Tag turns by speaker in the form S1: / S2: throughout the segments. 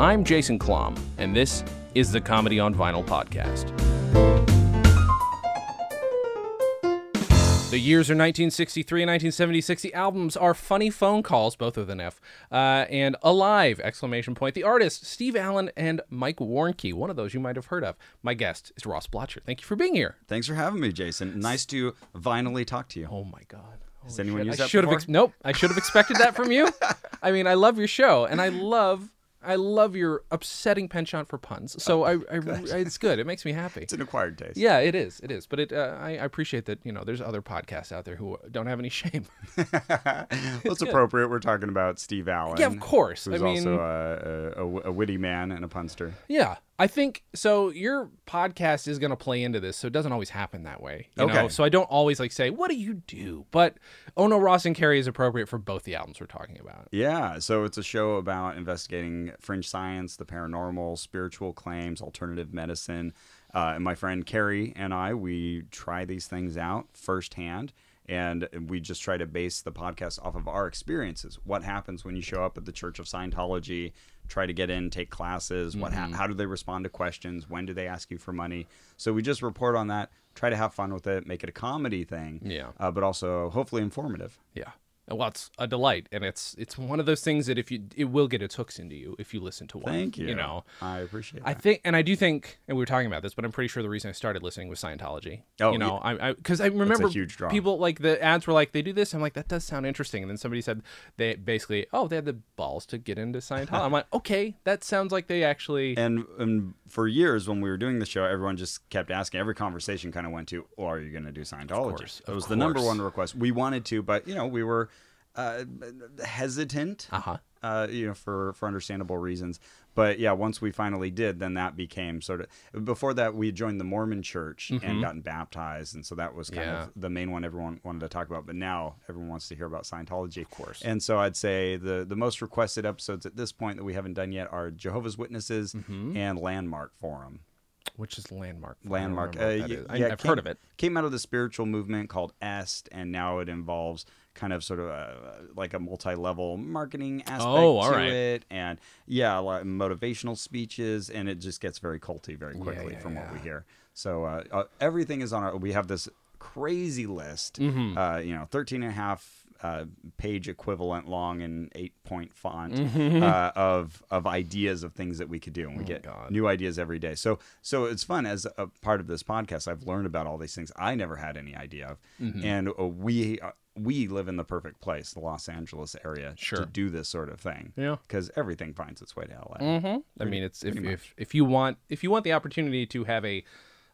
S1: I'm Jason Klom, and this is the Comedy on Vinyl podcast. The years are 1963 and 1976. The albums are Funny Phone Calls, both with an F, uh, and Alive! Exclamation point. The artists, Steve Allen and Mike Warnke. One of those you might have heard of. My guest is Ross Blotcher. Thank you for being here.
S2: Thanks for having me, Jason. Nice to vinyl talk to you.
S1: Oh my God.
S2: Has anyone used
S1: I
S2: that
S1: should have
S2: before?
S1: ex- nope. I should have expected that from you. I mean, I love your show, and I love, I love your upsetting penchant for puns.
S2: Oh
S1: So I, I, it's good. It makes me happy.
S2: It's an acquired taste.
S1: Yeah, it is. It is. But it, uh, I, I appreciate that. You know, there's other podcasts out there who don't have any shame.
S2: well, it's appropriate. We're talking about Steve Allen.
S1: Yeah, of course.
S2: Who's
S1: I mean-
S2: also uh, a, a, a witty man and a punster.
S1: yeah, I think so. Your podcast is going to play into this, so it doesn't always happen that way. You Know?
S2: Okay.
S1: So I don't always like say, "What do you do?" But Oh No, Ross and Carrie is appropriate for both the albums we're talking about.
S2: Yeah, so it's a show about investigating fringe science, the paranormal, spiritual claims, alternative medicine. Uh, and my friend Carrie and I, we try these things out firsthand. And we just try to base the podcast off of our experiences. What happens when you show up at the Church of Scientology? Try to get in, take classes. What? hap how do they respond to questions? When do they ask you for money? So we just report on that. Try to have fun with it. Make it a comedy thing.
S1: Yeah.
S2: Uh, but also hopefully informative.
S1: Yeah. Well, it's a delight, and it's it's one of those things that if you it will get its hooks into you if you listen to one.
S2: Thank you.
S1: You know,
S2: I appreciate.
S1: I
S2: that.
S1: think, and I do think, and we were talking about this, but I'm pretty sure the reason I started listening was Scientology.
S2: Oh,
S1: you know, I because I, remember
S2: huge draw.
S1: people like the ads were like they do this. I'm like that does sound interesting, and then somebody said they basically oh they had the balls to get into Scientology. I'm like okay, that sounds like they actually
S2: and and for years when we were doing the show, everyone just kept asking. Every conversation kind of went to, "Oh, are you going to do Scientology?"
S1: course,
S2: it
S1: of
S2: was the number
S1: course.
S2: one request. We wanted to, but you know, we were uh, hesitant.
S1: Uh-huh.
S2: Uh, you know, for for understandable reasons. But yeah, once we finally did, then that became sort of. Before that, we had joined the Mormon Church
S1: Mm-hmm.
S2: and gotten baptized, and so that was kind
S1: Yeah.
S2: of the main one everyone wanted to talk about. But now everyone wants to hear about Scientology, of
S1: course.
S2: and so I'd say the the most requested episodes at this point that we haven't done yet are Jehovah's Witnesses and Landmark Forum.
S1: which is landmark Mm-hmm. I don't
S2: Landmark.
S1: remember what
S2: uh,
S1: that
S2: y-
S1: is. I,
S2: yeah,
S1: have
S2: came-
S1: heard of it.
S2: Came out of the spiritual movement called Est, and now it involves kind of sort of uh like a multi-level marketing aspect
S1: Oh, all
S2: to
S1: right.
S2: it, and yeah, a lot of motivational speeches, and it just gets very culty very quickly
S1: yeah,
S2: from what
S1: yeah.
S2: we hear. So uh, uh, everything is on our. We have this crazy list.
S1: Mm-hmm.
S2: Uh, you know, 13 and a half. Uh, page equivalent long in eight point font
S1: Mm-hmm.
S2: uh, of of ideas of things that we could do, and we get
S1: Oh, God.
S2: new ideas every day. So so it's fun as a part of this podcast. I've learned about all these things I never had any idea of,
S1: Mm-hmm.
S2: and uh, we uh, we live in the perfect place, the Los Angeles area,
S1: Sure.
S2: to do this sort of thing.
S1: Yeah. Mm-hmm.
S2: because everything finds its way to LA.
S1: I mean, it's if, if if you want if you want the opportunity to have a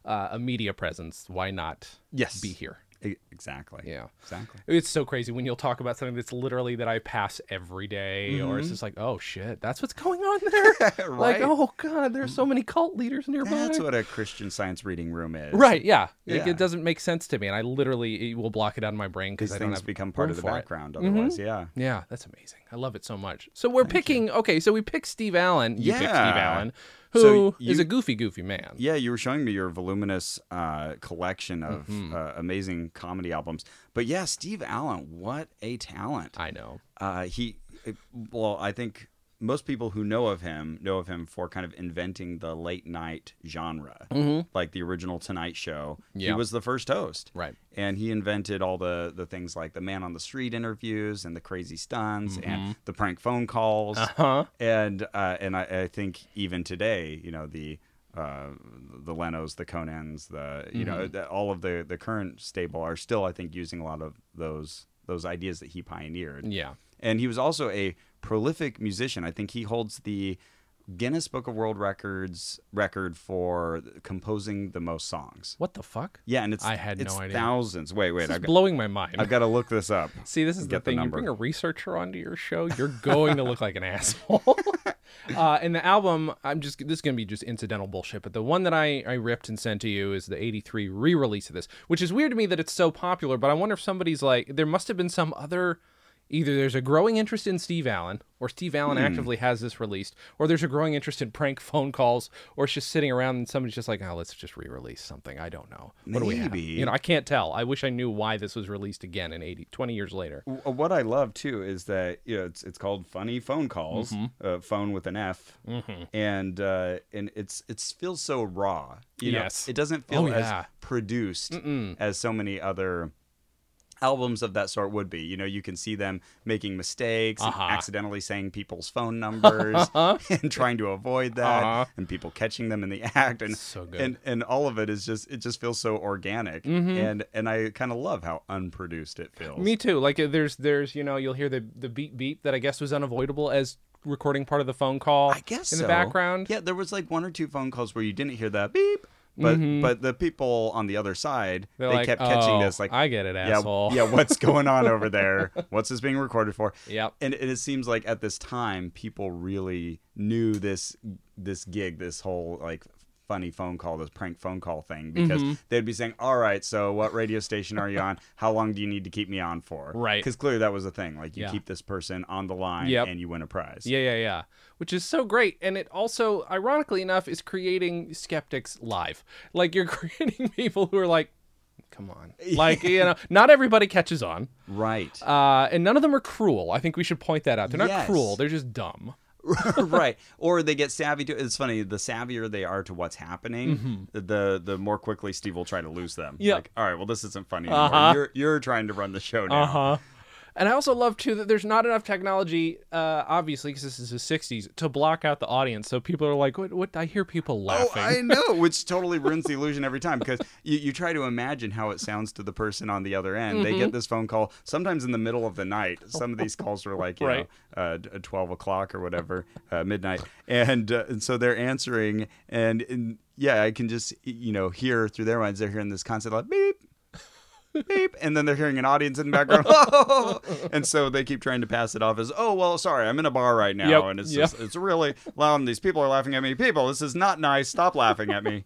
S1: uh, a media presence, why not
S2: Yes.
S1: be here?
S2: E- exactly.
S1: Yeah.
S2: exactly.
S1: It's so crazy when you'll talk about something that's literally that I pass every day, or it's just like, oh shit, that's what's going on there. Like,
S2: Mm-hmm. Right.
S1: oh god, there's so many cult leaders nearby.
S2: That's what a Christian Science reading room is.
S1: right? Yeah. Like,
S2: Yeah.
S1: it doesn't make sense to me, and I literally it will block it out of my brain because
S2: These
S1: I don't
S2: things
S1: have
S2: become part
S1: room
S2: of the
S1: for it. Mm-hmm.
S2: background. Otherwise, yeah.
S1: Yeah, that's amazing. I love it so much. So we're picking. Okay, so we picked Steve Allen. You picked Steve
S2: Yeah.
S1: Allen, who is
S2: So you-
S1: a goofy, goofy man.
S2: Yeah, you were showing me your voluminous uh, collection of
S1: Mm-hmm.
S2: uh, amazing comedy albums. But yeah, Steve Allen, what a talent!
S1: I know.
S2: Uh, he, well, I think most people who know of him know of him for kind of inventing the late night genre, like the original Tonight Show. He
S1: Mm-hmm. Yeah.
S2: was the first host,
S1: Right.
S2: And he invented all the the things like the man on the street interviews and the crazy stunts
S1: Mm-hmm.
S2: and the prank phone calls.
S1: Huh?
S2: And uh, and I, I think even today, you know the. Uh, the Lenos, the Conans, the you
S1: Mm-hmm.
S2: know the, all of the the current stable are still, I think, using a lot of those those ideas that he pioneered.
S1: Yeah.
S2: And he was also a prolific musician. I think he holds the Guinness Book of World Records record for composing the most songs.
S1: What the fuck?
S2: Yeah, and it's
S1: I had
S2: it's
S1: no idea.
S2: thousands. Wait, wait,
S1: This
S2: I've
S1: is
S2: got,
S1: blowing my mind.
S2: I've got to look this up.
S1: See, this is the
S2: Get the
S1: thing. you
S2: number.
S1: bring a researcher onto your show, you're going to look like an asshole. uh, and the album, I'm just this is gonna be just incidental bullshit. But the one that I I ripped and sent to you is the '83 re-release of this, which is weird to me that it's so popular. But I wonder if somebody's like, there must have been some other Either there's a growing interest in Steve Allen, or Steve Allen actively has this released, or there's a growing interest in prank phone calls, or it's just sitting around and somebody's just like, oh, let's just re release something. I don't know. What do we have?
S2: Maybe.
S1: You know, I can't tell. I wish I knew why this was released again in 80, 20 years later.
S2: W- uh, What I love too is that you know it's it's called funny phone calls,
S1: Mm-hmm.
S2: uh, phone with an F, and uh, and it's it feels so raw. You know?
S1: Yes.
S2: it doesn't feel
S1: Oh, yeah.
S2: as produced as so many other albums of that sort would be. You know, you can see them making mistakes, and
S1: Uh-huh.
S2: accidentally saying people's phone numbers, and trying to avoid that,
S1: Uh-huh.
S2: and people catching them in the act, and
S1: So good. Mm-hmm.
S2: and and all of it is just it just feels so organic, and and I kind of love how unproduced it feels.
S1: Me too. Like uh, there's there's you know you'll hear the the beep beep that I guess was unavoidable as recording part of the phone call.
S2: I guess
S1: in
S2: so.
S1: the background.
S2: Yeah, there was like one or two phone calls where you didn't hear that beep, but but the people on the other side
S1: Mm-hmm. They're
S2: they
S1: like,
S2: kept catching
S1: "Oh,
S2: this like
S1: I get it,
S2: yeah
S1: asshole.
S2: yeah what's going on over there? What's this being recorded for?
S1: Yep.
S2: And it, it seems like at this time people really knew this this gig, this whole like funny phone call, this prank phone call thing because
S1: Mm-hmm.
S2: they'd be saying, "All right, so what radio station are you on? How long do you need to keep me on for?"
S1: Right.
S2: Because clearly that was a thing. Like you
S1: Yeah.
S2: keep this person on the line
S1: Yep.
S2: and you win a prize.
S1: Yeah, yeah, yeah. Which is so great. And it also, ironically enough, is creating skeptics live. Like, you're creating people who are like, come on. Like, you know, not everybody catches on.
S2: Right.
S1: Uh, and none of them are cruel. I think we should point that out. They're not
S2: Yes.
S1: cruel, they're just dumb.
S2: right or they get savvy to it's funny the savvier they are to what's happening
S1: Mm-hmm.
S2: the the more quickly steve will try to lose them
S1: Yeah.
S2: like all right well this isn't funny anymore.
S1: Uh-huh.
S2: you're you're trying to run the show now
S1: Uh-huh. And I also love too that there's not enough technology, uh, obviously, because this is the '60s, to block out the audience. So people are like, "What? What?" I hear people
S2: Oh,
S1: laughing.
S2: I know, which totally ruins the illusion every time because you, you try to imagine how it sounds to the person on the other end. They get
S1: Mm-hmm.
S2: this phone call sometimes in the middle of the night. Some of these calls were like, you
S1: Right.
S2: know, uh, d- 12 o'clock or whatever, uh, midnight. And, uh, and so they're answering, and, and yeah, I can just, you know, hear through their minds, they're hearing this constant like beep. Beep, and then they're hearing an audience in the background, and so they keep trying to pass it off as, "Oh well, sorry, I'm in a bar right now,
S1: Yep,
S2: and it's
S1: yep.
S2: just, it's really loud, and these people are laughing at me. People, this is not nice. Stop laughing at me."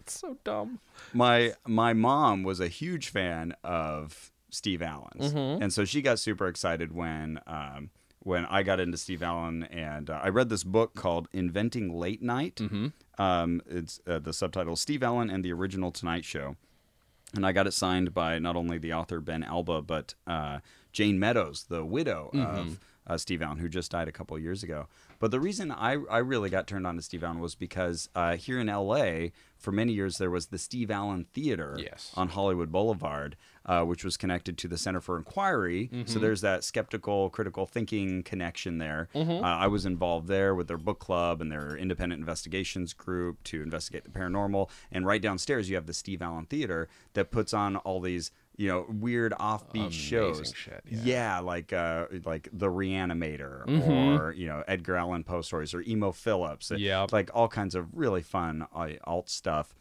S1: It's so dumb.
S2: my my mom was a huge fan of Steve Allen's,
S1: Mm-hmm.
S2: and so she got super excited when um, when I got into Steve Allen, and uh, I read this book called "Inventing Late Night."
S1: Mm-hmm.
S2: Um, it's uh, the subtitle "Steve Allen and the Original Tonight Show." And I got it signed by not only the author Ben Alba, but uh, Jane Meadows, the widow of uh, Steve Allen, who just died a couple years ago. But the reason I, I really got turned on to Steve Allen was because uh, here in LA, for many years, there was the Steve Allen Theater
S1: Yes.
S2: on Hollywood Boulevard, uh, which was connected to the Center for Inquiry.
S1: Mm-hmm.
S2: So there's that skeptical, critical thinking connection there.
S1: Mm-hmm.
S2: Uh, I was involved there with their book club and their independent investigations group to investigate the paranormal. And right downstairs, you have the Steve Allen Theater that puts on all these. You know, weird offbeat shows.
S1: shit,
S2: yeah. like uh, like the Reanimator, or you know Edgar Allan Poe stories, or Emo Phillips.
S1: Mm-hmm. Yep.
S2: like all kinds of really fun uh, alt stuff.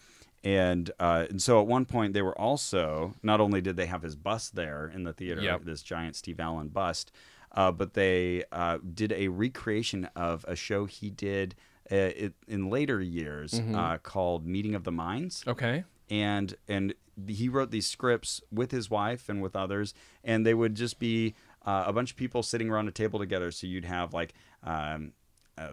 S2: And uh, and so at one point they were also not only did they have his bust there in the theater,
S1: Yep.
S2: this giant Steve Allen bust, uh, but they uh, did a recreation of a show he did uh, it, in later years uh, called Meeting of the Minds
S1: Okay.
S2: and and he wrote these scripts with his wife and with others, and they would just be uh, a bunch of people sitting around a table together. So you'd have like um, uh,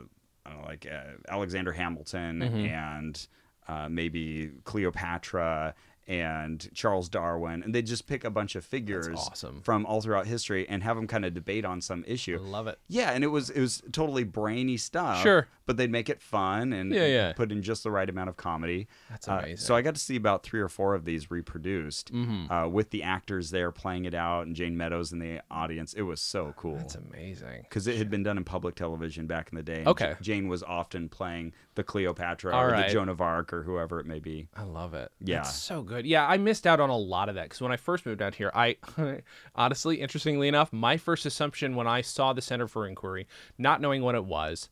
S2: I don't know, like uh, Alexander Hamilton
S1: Mm-hmm.
S2: and uh, maybe Cleopatra and Charles Darwin, and they'd just pick a bunch of figures
S1: awesome.
S2: from all throughout history and have them kind of debate on some issue.
S1: Love it.
S2: Yeah, and it was it was totally brainy stuff.
S1: Sure.
S2: but they'd make it fun and
S1: Yeah, yeah.
S2: put in just the right amount of comedy.
S1: That's
S2: Uh,
S1: amazing. Mm-hmm.
S2: so I got to see about three or four of these reproduced uh, with the actors there playing it out and Jane Meadows in the audience. It was so cool
S1: It's amazing.
S2: because it had been done in public television back in the day. and
S1: Okay.
S2: J- Jane was often playing the Cleopatra
S1: All
S2: or
S1: right.
S2: the Joan of Arc or whoever it may be.
S1: I love it.
S2: Yeah.
S1: It's so good. Yeah, I missed out on a lot of that because when I first moved out here, I honestly, interestingly enough, my first assumption when I saw the Center for Inquiry, not knowing what it was,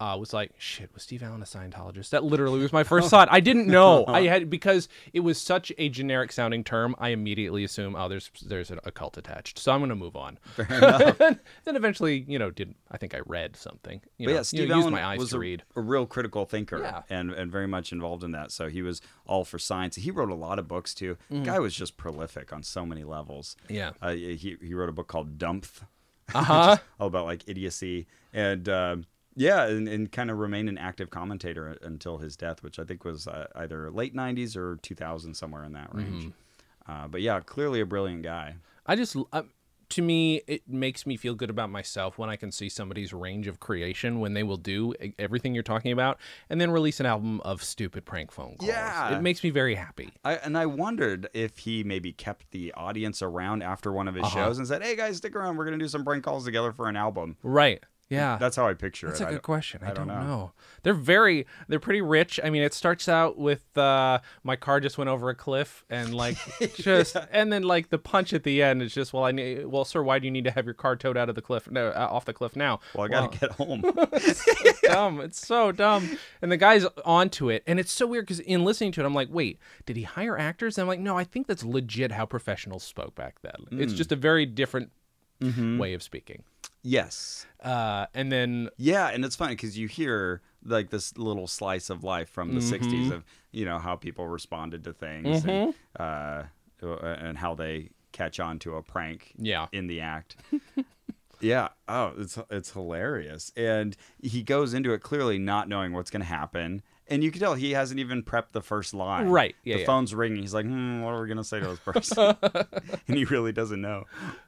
S1: uh, was like, shit, was Steve Allen a Scientologist? That literally was my first thought. I didn't know. I had because it was such a generic sounding term. I immediately assume, oh, there's there's an occult attached, so I'm gonna move on. then eventually, you know, did I think I read something? You
S2: But
S1: know,
S2: yeah, Steve
S1: you know,
S2: Allen
S1: used my eyes
S2: was
S1: to
S2: a,
S1: read.
S2: a real critical thinker
S1: Yeah.
S2: and, and very much involved in that. So he was all for science. He wrote a lot of books too. Guy was just prolific on so many levels.
S1: Mm-hmm. Yeah.
S2: Uh, he, he wrote a book called Dumpf,
S1: Uh-huh.
S2: all about like idiocy and um yeah, and, and kind of remained an active commentator until his death, which I think was uh, either late '90s or 2000, somewhere in that range.
S1: Mm-hmm.
S2: Uh, but yeah, clearly a brilliant guy.
S1: I just, uh, to me, it makes me feel good about myself when I can see somebody's range of creation when they will do e- everything you're talking about and then release an album of stupid prank phone calls.
S2: Yeah.
S1: It makes me very happy.
S2: I, and I wondered if he maybe kept the audience around after one of his
S1: Uh-huh.
S2: shows and said, "Hey guys, stick around. We're gonna do some prank calls together for an album."
S1: Right. Yeah.
S2: That's how I picture
S1: That's
S2: it.
S1: a
S2: I
S1: good
S2: don't-
S1: question. I, don't,
S2: don't
S1: know.
S2: know.
S1: They're very, they're pretty rich. I mean, it starts out with uh, my car just went over a cliff, and like just, and then like the punch at the end is just, well, I need, well, sir, why do you need to have your car towed out of the cliff, no, uh, off the cliff now?
S2: Well, I gotta get home.
S1: dumb. It's so dumb. And the guy's onto it, and it's so weird because in listening to it, I'm like, wait, did he hire actors? And I'm like, no, I think that's legit how professionals spoke back then.
S2: Hmm.
S1: It's just a very different way of speaking.
S2: Mm-hmm. yes.
S1: Uh, and then
S2: Yeah, and it's funny because you hear like this little slice of life from the '60s
S1: Mm-hmm.
S2: of you know how people responded to things and, uh, and how they catch on to a prank.
S1: Yeah.
S2: in the act. yeah. Oh, it's it's hilarious, and he goes into it clearly not knowing what's going to happen. And you can tell he hasn't even prepped the first line.
S1: Right, yeah,
S2: the
S1: yeah.
S2: phone's ringing. He's like, hmm, what are we going to say to this person? and he really doesn't know.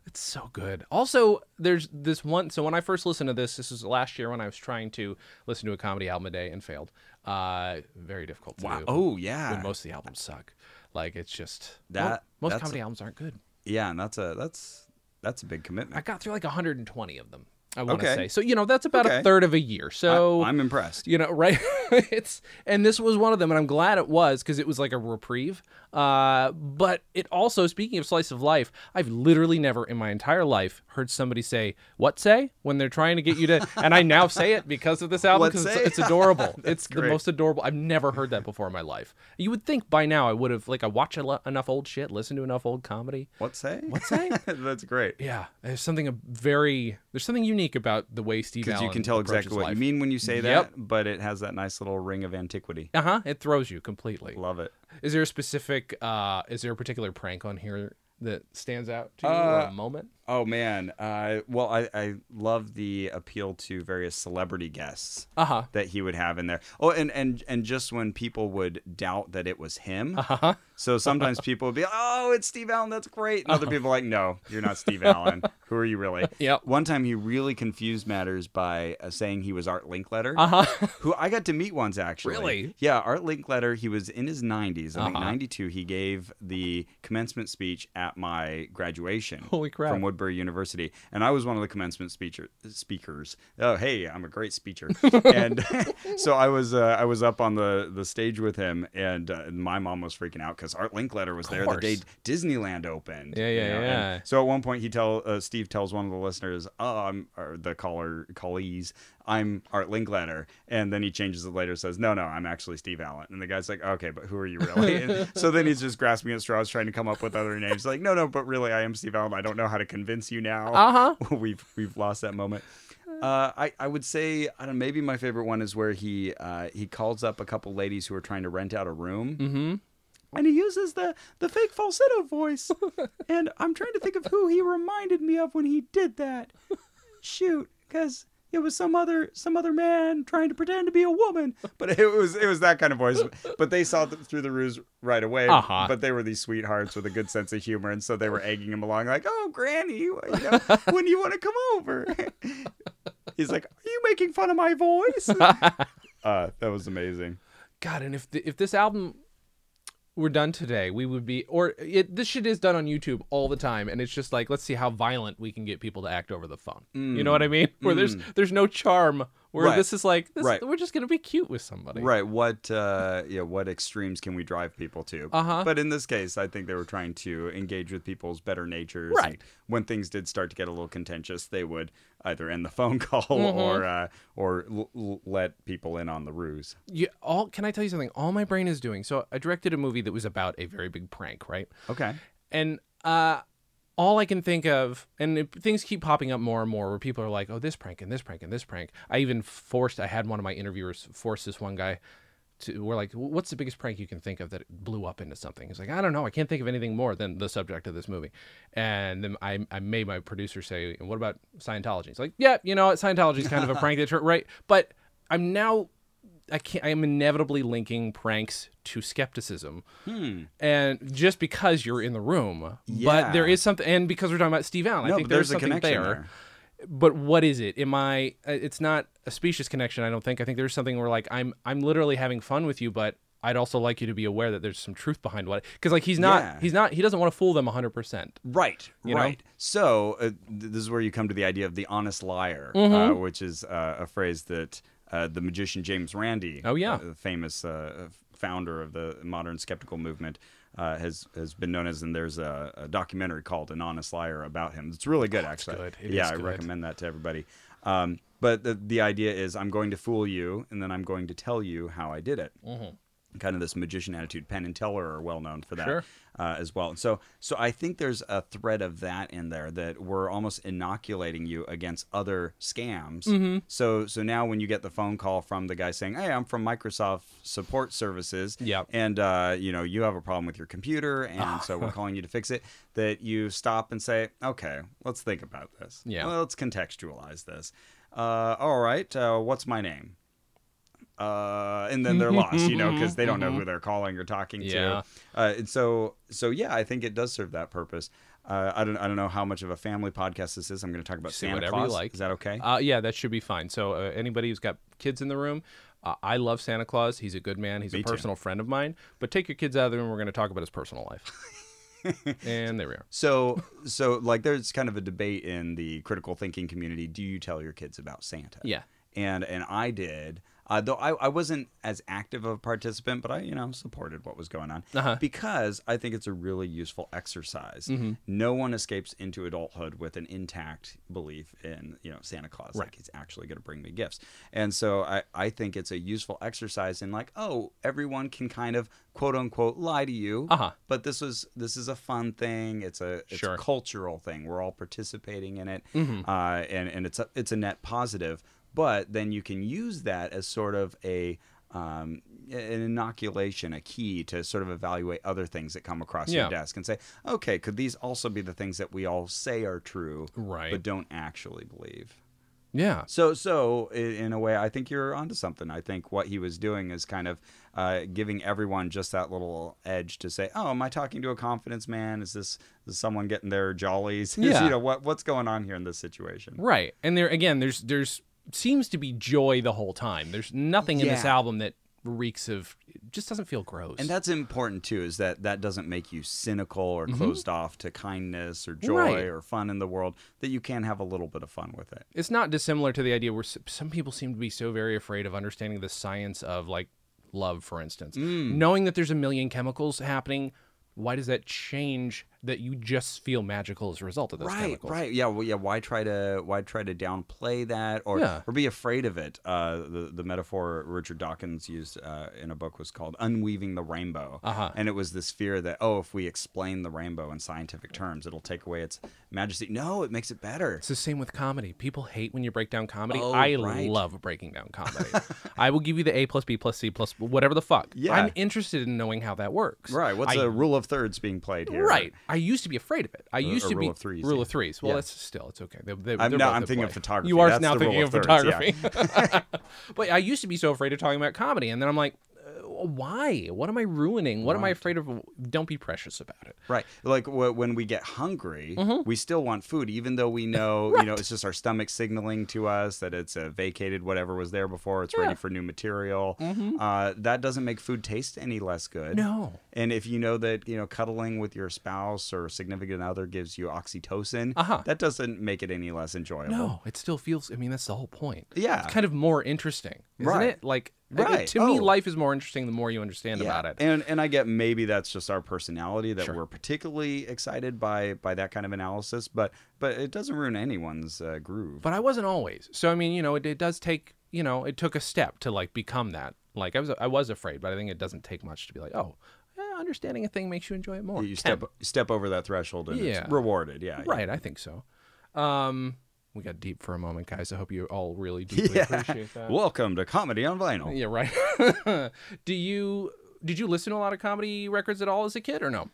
S1: It's so good. Also, there's this one. So when I first listened to this, this was last year when I was trying to listen to a comedy album a day and failed. Uh, very difficult. To do
S2: Oh, yeah.
S1: when most of the albums suck. Like it's just
S2: That-
S1: well, most
S2: that's-
S1: comedy albums aren't good.
S2: yeah, and that's a that's that's a big
S1: I
S2: commitment.
S1: got through like 120 of them. I want to
S2: Okay.
S1: say. So you know that's about a
S2: Okay.
S1: third of a year. So
S2: I, am impressed.
S1: you know right it's and this was one of them and i'm glad it was because it was like a reprieve uh, but it also speaking of slice of life i've literally never in my entire life heard somebody say what say when they're trying to get you to and i now say it because of this album
S2: What
S1: because it's,
S2: say?
S1: it's adorable it's the
S2: great.
S1: most adorable i've never heard that before in my life you would think by now i would have like i watch a lo- enough old shit listen to enough old comedy
S2: What say? What
S1: say?
S2: that's great.
S1: yeah there's something a very there's something unique about the way steve
S2: Because you
S1: Allen
S2: can tell
S1: approaches
S2: exactly what
S1: life.
S2: you mean when you say
S1: Yep.
S2: that, but it has that nice little ring of antiquity.
S1: uh-huh it throws you completely
S2: Love it.
S1: Is there a specific? uh Is there a particular prank on here that stands out to you or a moment?
S2: Oh man, uh, well I, I love the appeal to various celebrity guests
S1: Uh huh.
S2: that he would have in there. Oh, and and and just when people would doubt that it was him,
S1: Uh-huh.
S2: so sometimes people would be, "Oh, it's Steve Allen, that's great," and other people are like, "No, you're not Steve Allen. Who are you really?"
S1: Yep.
S2: One time he really confused matters by uh, saying he was Art Linkletter,
S1: Uh huh.
S2: who I got to meet once actually.
S1: Really?
S2: Yeah, Art Linkletter. He was in his 90s. I think
S1: Uh-huh.
S2: 92. He gave the commencement speech at my graduation.
S1: Holy crap.
S2: From Woodbury University, and I was one of the commencement speecher, speakers. Oh, hey, I'm a great speaker, and so I was uh, I was up on the the stage with him, and, uh, and my mom was freaking out because Art Linkletter was there the
S1: course.
S2: day Disneyland opened.
S1: Yeah, yeah,
S2: and
S1: yeah.
S2: so at one point, he tell uh, Steve tells one of the listeners, "Oh, I'm or the caller callees, I'm Art Linkletter," and then he changes it later, says, "No, no, I'm actually Steve Allen." And the guy's like, "Okay, but who are you really?" And so then he's just grasping at straws, trying to come up with other names. Like, "No, no, but really, I am Steve Allen. I don't know how to convince you now. Uh-huh. we've we've lost that moment." Uh, I, I would say I don't know, maybe my favorite one is where he uh, he calls up a couple ladies who are trying to rent out a room
S1: mm-hmm.
S2: and he uses the the fake falsetto voice. and I'm trying to think of who he reminded me of when he did that. Shoot, because it was some other some other man trying to pretend to be a woman, but it was it was that kind of voice. But they saw th- through the ruse right away.
S1: Uh-huh.
S2: But they were these sweethearts with a good sense of humor, and so they were egging him along, like, "Oh, Granny, you know, when do you want to come over?" He's like, "Are you making fun of my voice?" uh, that was amazing.
S1: God, and if the, if this album were done today, we would be or it, this shit is done on YouTube all the time, and it's just like let's see how violent we can get people to act over the phone. You know what I mean? Where there's there's no charm. Where
S2: Mm, Right.
S1: this is like this,
S2: Right.
S1: we're just gonna be cute with somebody.
S2: Right. What uh yeah, what extremes can we drive people to?
S1: Uh-huh.
S2: But in this case, I think they were trying to engage with people's better natures.
S1: Right.
S2: and When things did start to get a little contentious, they would either end the phone call
S1: Mm-hmm.
S2: or uh, or l- l- let people in on the ruse.
S1: You, all can I tell you something? All my brain is doing. So I directed a movie that was about a very big prank, right?
S2: Okay.
S1: and uh all I can think of, and it, things keep popping up more and more, where people are like, "Oh, this prank and this prank and this prank." I even forced. I had one of my interviewers force this one guy to we're like, what's the biggest prank you can think of that blew up into something? It's like, I don't know, I can't think of anything more than the subject of this movie. And then I, I made my producer say, and what about Scientology? It's like, yeah, you know, what, Scientology's kind of a prank that's right, but I'm now. I can't. I am inevitably linking pranks to skepticism, and just because you're in the room, but
S2: Hmm. Yeah.
S1: there is something, and because we're talking about Steve Allen, I
S2: No,
S1: think
S2: but
S1: there's,
S2: there's a
S1: something
S2: connection
S1: there
S2: there.
S1: but what is it? Am I? uh, It's not a specious connection. I don't think. I think there's something where like I'm I'm literally having fun with you, but I'd also like you to be aware that there's some truth behind what. Because like he's not
S2: Yeah.
S1: he's not he doesn't want to fool them 100. percent
S2: Right,
S1: know?
S2: right. So uh, th- this is where you come to the idea of the honest liar,
S1: Mm-hmm.
S2: uh, which is uh, a phrase that uh, the magician James Randi,
S1: Oh, yeah.
S2: uh, the famous uh, founder of the modern skeptical movement, uh, has has been known as. And there's a, a documentary called "An Honest Liar" about him. It's really good, actually.
S1: Oh, good. It
S2: yeah,
S1: is
S2: I
S1: good.
S2: recommend that to everybody. Um, but the, the idea is, I'm going to fool you, and then I'm going to tell you how I did it. Kind of this magician attitude. Penn and Teller are well known for that
S1: Mm-hmm. Sure.
S2: uh, as well. And so, so I think there's a thread of that in there that we're almost inoculating you against other scams.
S1: Mm-hmm.
S2: So, so now when you get the phone call from the guy saying, "Hey, I'm from Microsoft Support Services,"
S1: Yep.
S2: and uh, you know you have a problem with your computer, and so we're calling you to fix it, that you stop and say, "Okay, let's think about this.
S1: Yeah.
S2: Well, let's contextualize this. Uh, all right, uh, what's my name?" Uh, and then they're lost, you know, because they don't know who they're calling or talking
S1: Mm-hmm. Yeah.
S2: to. Uh, and so, so yeah, I think it does serve that purpose. Uh, I don't, I don't know how much of a family podcast this is. I'm going to talk about
S1: Say
S2: Santa
S1: whatever
S2: Claus.
S1: you like.
S2: Is that okay?
S1: Uh, yeah, that should be fine. So uh, anybody who's got kids in the room. Uh, I love Santa Claus. He's a good man. He's a
S2: Me too.
S1: personal friend of mine. But take your kids out of the room. We're going to talk about his personal life. and there we are.
S2: so, so like, there's kind of a debate in the critical thinking community. Do you tell your kids about Santa?
S1: Yeah.
S2: And and I did. Uh, though I, I wasn't as active of a participant, but I you know supported what was going on
S1: Uh-huh. Mm-hmm.
S2: because I think it's a really useful exercise. No one escapes into adulthood with an intact belief in you know Santa Claus,
S1: Right.
S2: like he's actually going to bring me gifts, and so I I think it's a useful exercise in like oh everyone can kind of quote unquote lie to you,
S1: Uh-huh.
S2: but this was this is a fun thing. It's a it's
S1: Sure. Mm-hmm.
S2: a cultural thing. We're all participating in it, uh, and and it's a, it's a net positive. But then you can use that as sort of a um, an inoculation, a key to sort of evaluate other things that come across
S1: Yeah.
S2: your desk and say, okay, could these also be the things that we all say are true,
S1: Right.
S2: but don't actually believe?
S1: Yeah.
S2: So, so i- in a way, I think you're onto something. I think what he was doing is kind of uh, giving everyone just that little edge to say, "Oh, am I talking to a confidence man? Is this is someone getting their jollies? Is,
S1: Yeah.
S2: you know what what's going on here in this situation?"
S1: Right. And there again, there's there's seems to be joy the whole time. There's nothing in this
S2: Yeah.
S1: album that reeks of it just doesn't feel gross.
S2: And that's important too, is that that doesn't make you cynical or closed off to kindness or joy
S1: Mm-hmm. Right.
S2: or fun in the world. That you can have a little bit of fun with it.
S1: it's not dissimilar to the idea where s- some people seem to be so very afraid of understanding the science of like love, for instance.
S2: Mm.
S1: Knowing that there's a million chemicals happening, why does that change that you just feel magical as a result of those
S2: right,
S1: chemicals?
S2: Right, yeah, well, yeah. Why try to why try to downplay that or
S1: Yeah.
S2: or be afraid of it? Uh, the the metaphor Richard Dawkins used uh, in a book was called "Unweaving the Rainbow,"
S1: Uh-huh.
S2: and it was this fear that oh, if we explain the rainbow in scientific terms, it'll take away its majesty. No, it makes it better.
S1: It's the same with comedy. People hate when you break down comedy.
S2: Oh,
S1: I
S2: right.
S1: love breaking down comedy. I will give you the A plus B plus C plus whatever the fuck.
S2: Yeah.
S1: I'm interested in knowing how that works.
S2: Right. What's
S1: I
S2: the rule of thirds being played here?
S1: Right. I used to be afraid of it. I used
S2: or
S1: to be
S2: rule of threes,
S1: Rule
S2: yeah.
S1: of threes. Well,
S2: Yeah.
S1: that's still it's okay. They- they-
S2: I'm-
S1: they're
S2: no,
S1: both
S2: I'm
S1: at
S2: thinking of
S1: play.
S2: photography.
S1: You are
S2: That's
S1: now
S2: the
S1: thinking
S2: rule
S1: of
S2: of thirds,
S1: photography. but I used to be so afraid of talking about comedy, and then I'm like, uh, why? What am I ruining? What am I afraid of? Don't be precious about it.
S2: Right. Like wh- when we get hungry,
S1: Mm-hmm.
S2: we still want food, even though we know, you know, it's just our stomach signaling to us that it's uh, vacated whatever was there before. It's ready for new material. Uh, that doesn't make food taste any less good.
S1: Mm-hmm. No.
S2: And if you know that, you know, cuddling with your spouse or significant other gives you oxytocin,
S1: Uh-huh.
S2: that doesn't make it any less enjoyable.
S1: No, it still feels. I mean, that's the whole point.
S2: Yeah.
S1: It's kind of more interesting, isn't
S2: Right.
S1: it? Like, it- it-
S2: Right.
S1: to me,
S2: Oh.
S1: life is more interesting the more you understand
S2: Yeah.
S1: about it.
S2: And and I get maybe that's just our personality that we're particularly excited by by that kind of analysis, but but it doesn't ruin anyone's uh, groove.
S1: but I wasn't always. So I mean, you know, it, it does take, you know, it took a step to like become that. Like I was, I was afraid, but I think it doesn't take much to be like, oh, eh, understanding a thing makes you enjoy it more.
S2: you step
S1: Ten.
S2: step over that threshold and
S1: Yeah.
S2: it's rewarded. Yeah.
S1: right? I think so. Um, We got deep for a moment, guys. I hope you all really deeply appreciate that.
S2: Welcome to Comedy on Vinyl.
S1: Yeah, right. Do you did you listen to a lot of comedy records at all as a kid or no?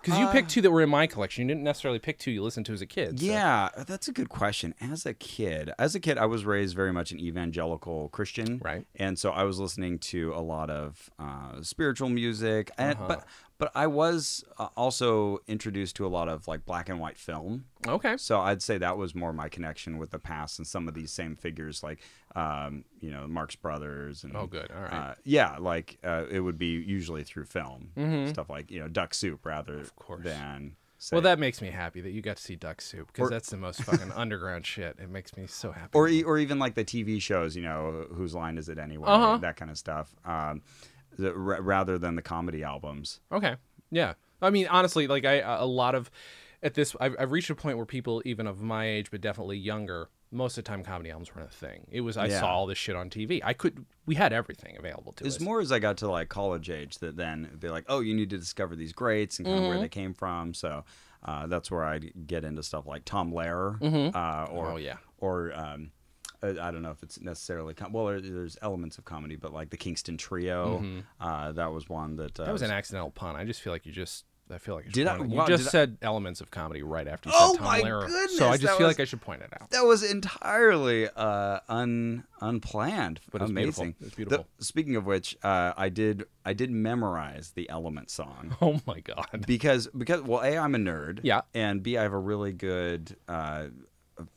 S1: Because you picked two that were in my collection. You didn't necessarily pick two you listened to as a kid. so-
S2: Uh, Yeah, that's a good question. As a kid, as a kid, I was raised very much an evangelical Christian,
S1: Right.
S2: And so I was listening to a lot of uh, spiritual music, and,
S1: Uh-huh.
S2: but but I was uh, also introduced to a lot of like black and white film.
S1: Okay.
S2: So I'd say that was more my connection with the past and some of these same figures, like um, you know Marx Brothers and
S1: Oh, good. All right.
S2: uh, yeah, like uh, it would be usually through film stuff like you know Duck Soup rather
S1: Mm-hmm. course.
S2: than say,
S1: well, that makes me happy that you got to see Duck Soup because that's the most fucking underground shit. It makes me so happy.
S2: or e- or even like the TV shows, you know, whose line is it anyway?
S1: Uh-huh.
S2: That kind of stuff. Um, the, r- rather than the comedy albums.
S1: Okay. Yeah. I mean, honestly, like I a lot of at this I've, I've reached a point where people even of my age but definitely younger most of the time comedy albums weren't a thing. It was I
S2: Yeah.
S1: saw all this shit on TV. I could we had everything available to
S2: It's
S1: us.
S2: more as I got to like college age that then they're like, oh, you need to discover these greats and kind of where
S1: Mm-hmm.
S2: they came from. So uh, that's where I get into stuff like Tom Lehrer, uh, or
S1: Oh, yeah.
S2: or um, I, I don't know if it's necessarily com- well, there- there's elements of comedy, but like the Kingston Trio, uh, that was one that uh,
S1: Mm-hmm. that was an accidental pun. I just feel like you just I feel like I should
S2: Did I-
S1: point it- you
S2: wow,
S1: just
S2: did I-
S1: said elements of comedy right after you
S2: Oh
S1: said Tom
S2: my
S1: Lehrer.
S2: goodness,
S1: so I just
S2: that
S1: feel
S2: was-
S1: like I should point it out.
S2: That was entirely uh, un unplanned.
S1: But it's beautiful.
S2: Amazing.
S1: It's beautiful.
S2: The- speaking of which, uh, I did I did memorize the Element song
S1: Oh my god.
S2: because because well, a I'm a nerd.
S1: Yeah.
S2: And b I have a really good. Uh,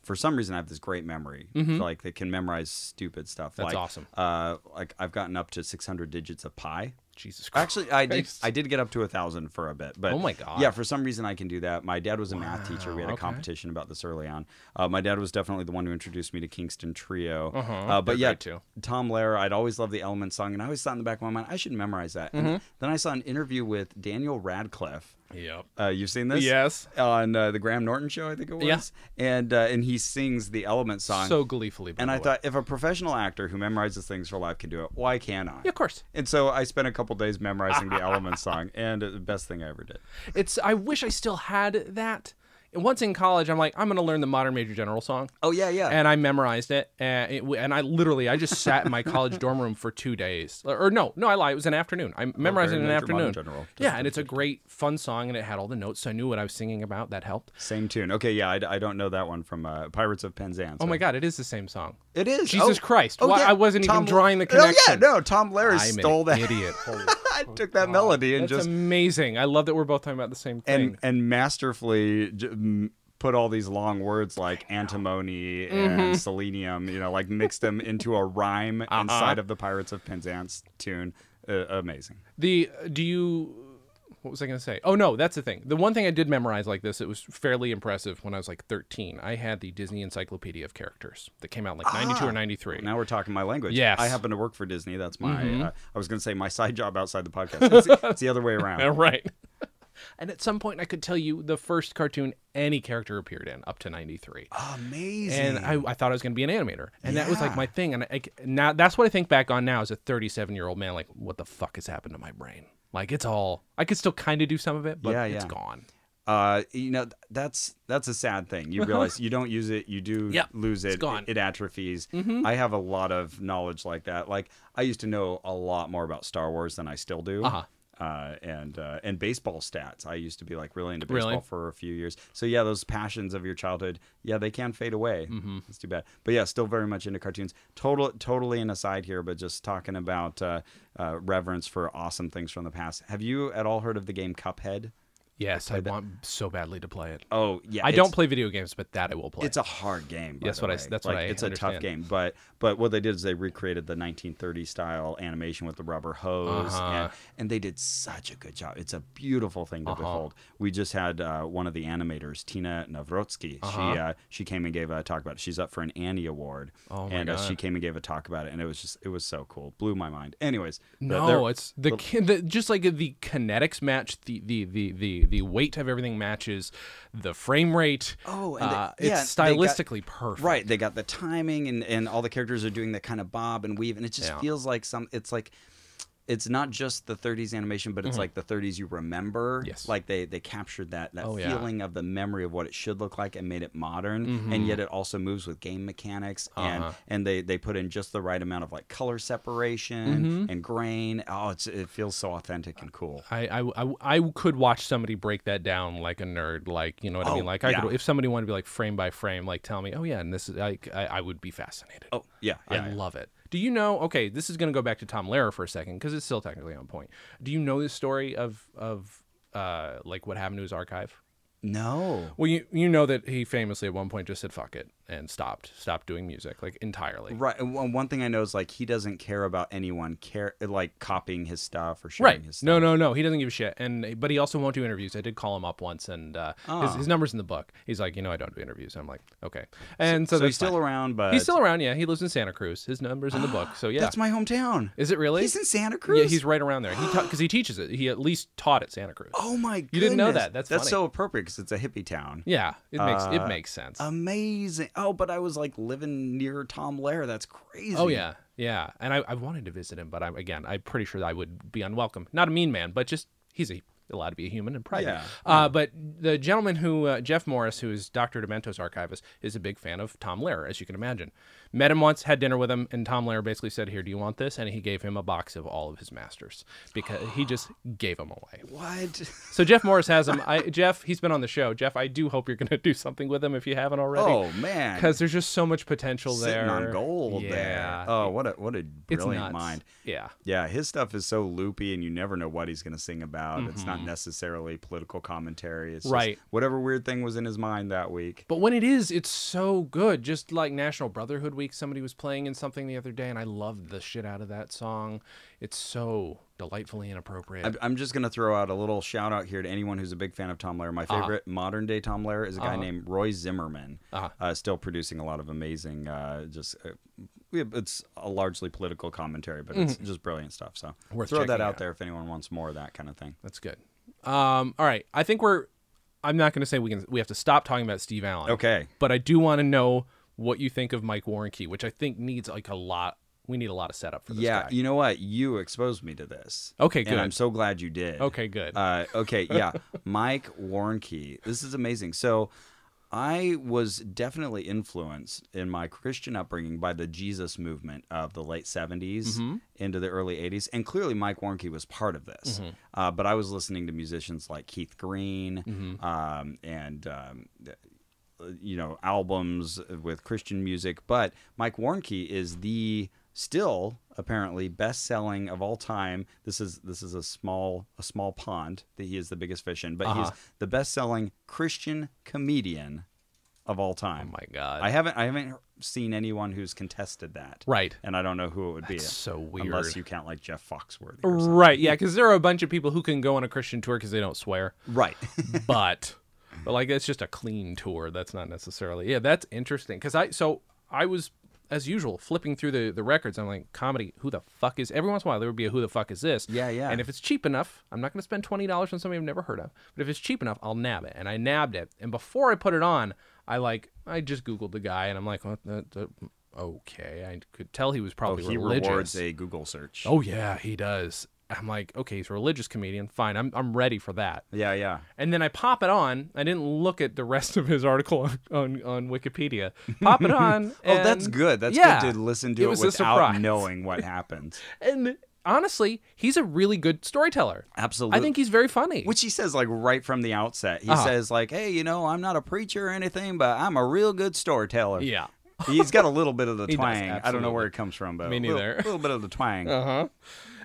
S2: for some reason, I have this great memory. Like they can memorize stupid stuff.
S1: Mm-hmm. That's
S2: like,
S1: awesome.
S2: Uh, like I've gotten up to 600 digits of pi.
S1: Jesus Christ.
S2: Actually, I did.
S1: Christ.
S2: I did get up to a thousand for a bit, but
S1: Oh my God.
S2: yeah. For some reason, I can do that. My dad was a math teacher. We had a
S1: Wow, okay.
S2: competition about this early on. Uh, my dad was definitely the one who introduced me to Kingston Trio.
S1: Uh-huh.
S2: Uh,
S1: They're
S2: but yeah,
S1: great too.
S2: Tom Lehrer. I'd always loved the Element song, and I always thought in the back of my mind, I should memorize that.
S1: Mm-hmm.
S2: And then I saw an interview with Daniel Radcliffe.
S1: Yep.
S2: Uh, you've seen this?
S1: Yes.
S2: On uh, the Graham Norton show, I think it was.
S1: Yeah.
S2: And uh, and he sings the Element song.
S1: So gleefully. by
S2: and
S1: the
S2: I
S1: way.
S2: thought, if a professional actor who memorizes things for life can do it, why can't I?
S1: Yeah, of course.
S2: And so I spent a couple days memorizing the Elements song, and it- the best thing I ever did.
S1: It's I wish I still had that. And Once in college, I'm like, I'm gonna learn the Modern Major General song,
S2: Oh yeah, yeah.
S1: and I memorized it. And, it, w- and I literally, I just sat in my college dorm room for two days, or, or no, no, I lie. It was an afternoon. I memorized it
S2: Oh,
S1: in
S2: very
S1: an
S2: Major Modern
S1: afternoon.
S2: General. Just
S1: Yeah, and it's a great, fun song, and it had all the notes, so I knew what I was singing about. That helped.
S2: Same tune. Okay, yeah, I, I don't know that one from uh, Pirates of Penzance.
S1: Oh my God, it is the same song.
S2: It is.
S1: Jesus
S2: Oh-
S1: Christ,
S2: Oh,
S1: why-
S2: yeah.
S1: I wasn't even
S2: Tom-
S1: drawing the
S2: Oh, yeah,
S1: connection.
S2: no, Tom Lehrer
S1: I'm
S2: stole
S1: an
S2: that.
S1: idiot. Holy-
S2: I took that melody and
S1: That's
S2: just
S1: amazing. I love that we're both talking about the same thing.
S2: and and masterfully j- m- put all these long words like antimony and selenium, you know, like mixed them into a rhyme
S1: Uh-huh.
S2: inside of the Pirates of Penzance tune. Uh, amazing.
S1: The do you what was I going to say? Oh no, that's the thing. The one thing I did memorize like this, it was fairly impressive when I was like 13. I had the Disney Encyclopedia of Characters that came out in, like 92
S2: Ah,
S1: or 93.
S2: Now we're talking my language.
S1: Yes. Mm-hmm.
S2: I happen to work for Disney. That's my, uh, I was going to say my side job outside the podcast. It's, it's the other way around.
S1: Right. and at some point I could tell you the first cartoon any character appeared in up to 93.
S2: Amazing.
S1: And I, I thought I was going to be an animator, and that was like
S2: Yeah.
S1: my thing. And I, now that's what I think back on now as a 37 year old man. Like, what the fuck has happened to my brain? Like, it's all I could still kind of do some of it, but
S2: Yeah,
S1: it's
S2: yeah.
S1: gone.
S2: uh, you know, th- that's, that's a sad thing. You realize you don't use it. You do
S1: Yep.
S2: lose it.
S1: It's gone.
S2: It, atrophies. I have a lot of knowledge like that. Like I used to know a lot more about Star Wars than I still do.
S1: Uh-huh.
S2: Uh, and uh, and baseball stats. I used to be like really into baseball
S1: Really?
S2: for a few years. So yeah, those passions of your childhood, yeah, they can fade away. Mm-hmm. It's too bad. But yeah, still very much into cartoons. Total, totally an aside here, but just talking about uh, uh, reverence for awesome things from the past. Have you at all heard of the game Cuphead?
S1: Yes, I want so badly to play it.
S2: Oh yeah,
S1: I
S2: it's-
S1: don't play video games, but that I will play.
S2: It's a hard game. by
S1: Yes,
S2: the
S1: what I
S2: way.
S1: s- that's
S2: like,
S1: what I
S2: It's a tough
S1: understand.
S2: game, but but what they did is they recreated the 1930 style animation with the rubber hose,
S1: Uh-huh.
S2: and, and they did such a good job. It's a beautiful thing
S1: Uh-huh.
S2: to behold. We just had uh, one of the animators, Tina Navrotsky.
S1: Uh-huh.
S2: She uh, she came and gave a talk about it. She's up for an Annie Award,
S1: Oh my
S2: and uh,
S1: God.
S2: she came and gave a talk about it, and it was just it was so cool, blew my mind. Anyways, the-
S1: no,
S2: there-
S1: it's the, ki- the just like the kinetics match the the the the the weight of everything matches the frame rate.
S2: Oh, and they-
S1: uh,
S2: yeah,
S1: it's
S2: they got-
S1: stylistically perfect.
S2: Right, they got the timing and and all the characters are doing that kind of bob and weave, and it just
S1: Yeah.
S2: feels like some. It's like it's not just the 30s animation, but it's like the 30s you remember.
S1: Mm-hmm. Yes.
S2: Like they they captured that that
S1: Oh, yeah.
S2: feeling of the memory of what it should look like and made it modern,
S1: Mm-hmm.
S2: and yet it also moves with game mechanics
S1: Uh-huh.
S2: and and they they put in just the right amount of like color separation
S1: Mm-hmm.
S2: and grain. Oh, it's it feels so authentic and cool.
S1: I, I, I, I could watch somebody break that down like a nerd, like you know what I mean.
S2: Oh,
S1: Like I could,
S2: yeah.
S1: if somebody wanted to be like frame by frame, like tell me, oh yeah, and this is like I, I would be fascinated.
S2: Oh yeah, yeah,
S1: I
S2: yeah.
S1: love it. Do you know? Okay, this is going to go back to Tom Lehrer for a second because it's still technically on point. Do you know the story of of uh, like what happened to his archive?
S2: No.
S1: Well, you you know that he famously at one point just said fuck it and stopped stopped doing music like entirely.
S2: Right. and One one thing I know is like he doesn't care about anyone care like copying his stuff or sharing
S1: Right.
S2: his stuff.
S1: No, no, no. He doesn't give a shit. And but he also won't do interviews. I did call him up once, and uh, his,
S2: Ah.
S1: his number's in the book. He's like, you know, I don't do interviews. I'm like, okay. And so,
S2: So
S1: that's
S2: he's still
S1: fine.
S2: around, but
S1: he's still around. Yeah, he lives in Santa Cruz. His number's in the book. So yeah,
S2: that's my hometown.
S1: is it really?
S2: He's in Santa Cruz.
S1: yeah, he's right around there. He because he teaches it. He at least taught at Santa Cruz.
S2: Oh my goodness.
S1: didn't know that. That's
S2: that's
S1: funny.
S2: so appropriate because it's a hippie town.
S1: Yeah, it makes
S2: Uh,
S1: it makes sense.
S2: Amazing. Oh, but I was like living near Tom Lair. That's crazy.
S1: Oh yeah, yeah. And I, I wanted to visit him, but I'm again, I'm pretty sure I would be unwelcome. Not a mean man, but just he's a, allowed to be a human and private.
S2: Yeah.
S1: Uh, but the gentleman who uh, Jeff Morris, who is Dr. Demento's archivist, is a big fan of Tom Lehrer, as you can imagine. Met him once, had dinner with him, and Tom Lehrer basically said, "Here, do you want this?" And he gave him a box of all of his masters because he just gave them away.
S2: What?
S1: So Jeff Morris has him. I, Jeff, he's been on the show. Jeff, I do hope you're going to do something with him if you haven't already.
S2: Oh man.
S1: Because there's just so much potential
S2: sitting
S1: there.
S2: on gold
S1: yeah.
S2: there. Oh, what a what a
S1: It's
S2: brilliant
S1: nuts.
S2: mind.
S1: Yeah.
S2: Yeah, his stuff is so loopy, and you never know what he's going to sing about. It's not necessarily political commentary. It's just
S1: Mm-hmm. Right.
S2: whatever weird thing was in his mind that week.
S1: But when it is, it's so good. Just like National Brotherhood Week, somebody was playing in something the other day, and I loved the shit out of that song. It's so delightfully inappropriate.
S2: I'm- I'm just going to throw out a little shout out here to anyone who's a big fan of Tom Lehrer. My
S1: Uh-huh.
S2: favorite modern day Tom Lehrer is a guy named Roy Zimmerman,
S1: Uh-huh.
S2: uh still producing a lot of amazing, uh, just uh, yeah, it's a largely political commentary, but it's just brilliant stuff. So
S1: Mm-hmm. Worth
S2: throw that
S1: checking
S2: out
S1: out.
S2: there if anyone wants more of that kind of thing.
S1: That's good. Um, all right, I think we're. I'm not going to say we can. We have to stop talking about Steve Allen.
S2: Okay.
S1: But I do want to know what you think of Mike Warnke, which I think needs like a lot. We need a lot of setup for this
S2: yeah,
S1: guy.
S2: you know what? You exposed me to this.
S1: Okay,
S2: And I'm
S1: good.
S2: so glad you did.
S1: Okay, good.
S2: Uh, okay, yeah. Mike Warnke. This is amazing. So I was definitely influenced in my Christian upbringing by the Jesus movement of the late 70s into the early 80s. And clearly, Mike Warnke was part of this. Uh, but I was listening to musicians like Keith Green
S1: Mm-hmm. Oh
S2: um, and um, you know albums with Christian music, but Mike Warnke is the still apparently best selling of all time. This is this is a small a small pond that he is the biggest fish in, but
S1: Uh-huh.
S2: he's the best selling Christian comedian of all time.
S1: oh my god.
S2: I haven't I haven't seen anyone who's contested that.
S1: right.
S2: And I don't know who it would be.
S1: so weird.
S2: Unless you count like Jeff Foxworthy. Or something.
S1: Right. Yeah, because there are a bunch of people who can go on a Christian tour because they don't swear.
S2: Right.
S1: but but like that's just a clean tour that's not necessarily yeah that's interesting because i so i was as usual flipping through the the records i'm like comedy who the fuck is every once in a while there would be a who the fuck is this
S2: Yeah, yeah.
S1: and if it's cheap enough i'm not going to spend $20 on somebody i've never heard of but if it's cheap enough i'll nab it and i nabbed it and before i put it on i like i just googled the guy and i'm like what the, the, okay i could tell he was probably
S2: Oh, he
S1: religious
S2: rewards a Google search.
S1: oh yeah he does i'm like okay he's a religious comedian fine i'm, I'm ready for that
S2: Yeah, yeah.
S1: and then I pop it on. I didn't look at the rest of his article on, on, on Wikipedia. Pop it on.
S2: Oh, that's
S1: and-
S2: good. That's
S1: yeah,
S2: good to listen to
S1: it
S2: it,
S1: was a
S2: without
S1: surprise.
S2: knowing what happens.
S1: And honestly, he's a really good storyteller.
S2: Absolutely.
S1: I think he's very funny.
S2: which he says like right from the outset.
S1: Uh-huh.
S2: He says like, "Hey, you know, I'm not a preacher or anything, but I'm a real good storyteller."
S1: yeah.
S2: He's got a little bit of the
S1: does,
S2: twang. I don't know where it comes from, but
S1: Me
S2: a little,
S1: neither. Uh,
S2: little bit of the twang.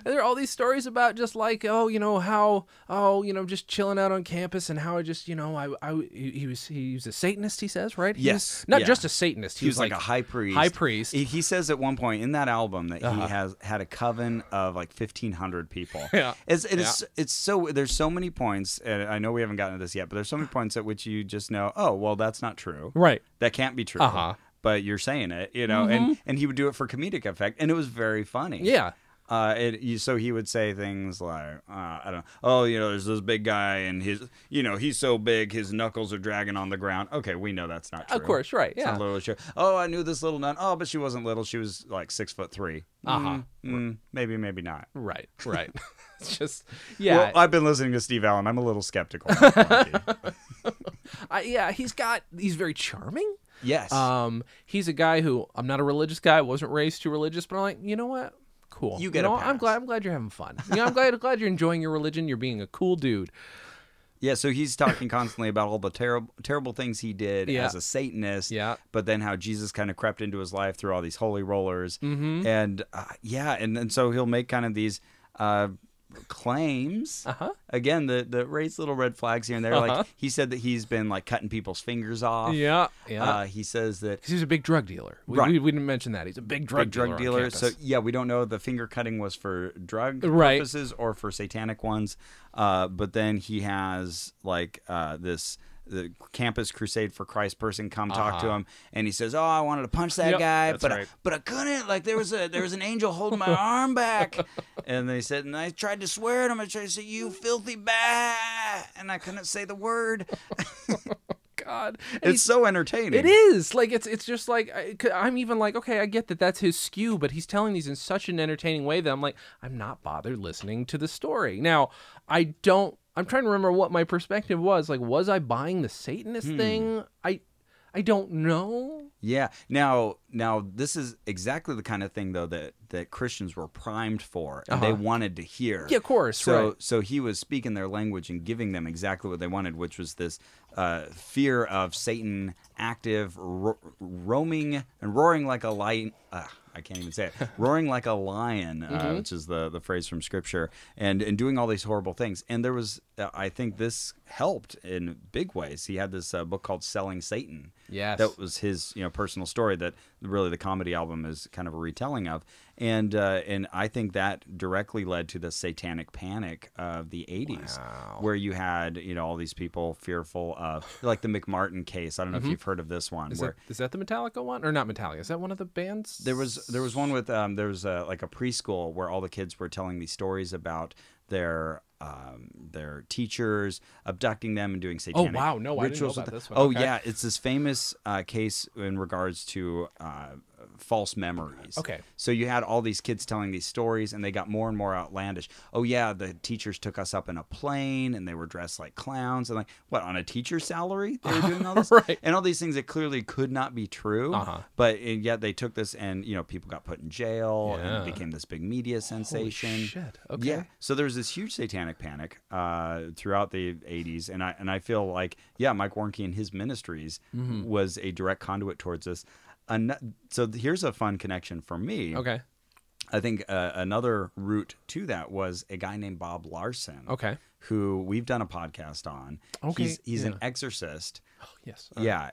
S1: And there are all these stories about just like, oh, you know, how, oh, you know, just chilling out on campus and how I just, you know, I, I he he was, he was a Satanist, he says, right? He was-
S2: Yes,
S1: not
S2: yeah.
S1: just a Satanist. He,
S2: he was like, a high priest.
S1: high priest. Uh-huh.
S2: He, he says at one point in that album that he has had a coven of like fifteen hundred people.
S1: Yeah.
S2: it's it is- it's so there's so many points, and I know we haven't gotten to this yet, but there's so many points at which you just know, oh well, that's not true.
S1: Right.
S2: that can't be true.
S1: Uh-huh. Mm-hmm.
S2: But you're saying it, you know, and and he would do it for comedic effect, and it was very funny.
S1: Yeah.
S2: Uh, it, you- so he would say things like, uh, I don't know, oh, you know, there's this big guy and his, you know, he's so big, his knuckles are dragging on the ground. Okay, we know that's not true.
S1: Of course, right,
S2: It's not
S1: yeah.
S2: literally true. Oh, I knew this little nun. Oh, but she wasn't little. She was like six foot three.
S1: Uh-huh.
S2: Mm, mm, maybe, maybe not.
S1: Right, right. it's just yeah.
S2: Well, uh I've been listening to Steve Allen. I'm a little skeptical. on Funky.
S1: I, yeah, he's got he's very charming.
S2: yes.
S1: Um, he's a guy who I'm not a religious guy. wasn't raised too religious, but I'm like, you know what? Cool.
S2: You get a
S1: know what? I'm
S2: pass.
S1: glad. I'm glad you're having fun. You know, I'm glad. glad you're enjoying your religion. You're being a cool dude.
S2: Yeah, so he's talking constantly about all the terrible terrible things he did
S1: Yeah.
S2: as a Satanist.
S1: Yeah.
S2: But then how Jesus kind of crept into his life through all these holy rollers. Mm-hmm. And uh, yeah, and, and so he'll make kind of these uh, claims. Uh-huh. Again, the, the raise little red flags here and there.
S1: Uh-huh.
S2: Like he said that he's been like cutting people's fingers off.
S1: Yeah, yeah.
S2: Uh, he says that
S1: 'Cause he's a big drug dealer. We,
S2: Right.
S1: we, we didn't mention that. He's a big drug
S2: big drug
S1: dealer.
S2: dealer.
S1: on
S2: So
S1: campus.
S2: yeah, we don't know if the finger cutting was for drug
S1: Right.
S2: purposes or for satanic ones. Uh, but then he has like uh, this the campus crusade for Christ person come talk to him, and he says, "Oh, I wanted to punch that
S1: Uh-huh. Yep,
S2: guy,
S1: that's
S2: but I,
S1: right.
S2: but I couldn't. Like there was a there was an angel holding my arm back, and they said, and I tried to swear at him. I tried to say, you filthy bat, and I couldn't say the word.
S1: God, And
S2: It's so entertaining.
S1: It is like it's it's just like I, c- I'm even like okay I get that that's his skew but he's telling these in such an entertaining way that I'm like I'm not bothered listening to the story now I don't I'm trying to remember what my perspective was like was I buying the Satanist
S2: Hmm.
S1: thing I I don't know
S2: Yeah. Now, now this is exactly the kind of thing though that that Christians were primed for and they wanted to hear.
S1: Uh-huh. Yeah, of course,
S2: So,
S1: right.
S2: so he was speaking their language and giving them exactly what they wanted, which was this uh, fear of Satan active, ro- roaming and roaring like a lion. Uh, I can't even say it. Roaring like a lion, uh,
S1: Mm-hmm.
S2: which is the, the phrase from scripture, and and doing all these horrible things. And there was, uh, I think, this helped in big ways. He had this uh, book called "Selling Satan."
S1: Yes.
S2: that was his you know personal story that really the comedy album is kind of a retelling of and uh, and I think that directly led to the satanic panic of the 80s where you had you know all these people fearful of like the McMartin case I don't know if you've heard of this one
S1: Mm-hmm. is
S2: where
S1: that, is that the Metallica one or not Metallica is that one of the bands
S2: there was there was one with um, there was uh like a preschool where all the kids were telling these stories about their um, their teachers abducting them and doing satanic
S1: Oh, wow. No, I didn't know
S2: rituals with
S1: about
S2: them.
S1: this one.
S2: Oh
S1: Okay.
S2: yeah, it's this famous uh, case in regards to uh, false memories.
S1: Okay.
S2: So you had all these kids telling these stories, and they got more and more outlandish. Oh yeah, the teachers took us up in a plane, and they were dressed like clowns, and like what on a teacher's salary? They were doing all this,
S1: Right.
S2: And all these things that clearly could not be true,
S1: Uh-huh.
S2: but and yet they took this, and you know people got put in jail, and
S1: Yeah.
S2: it became this big media sensation.
S1: shit, okay.
S2: Yeah. So there was this huge satanic panic uh, throughout the '80s, and I and I feel like yeah, Mike Warnke and his ministries
S1: Mm-hmm.
S2: was a direct conduit towards this. An- so th- here's a fun connection for me.
S1: okay
S2: I think uh, another route to that was a guy named Bob Larson.
S1: Okay.
S2: Who we've done a podcast on.
S1: Oh. Okay,
S2: He's, he's an
S1: yeah.
S2: exorcist.
S1: yes
S2: Yeah,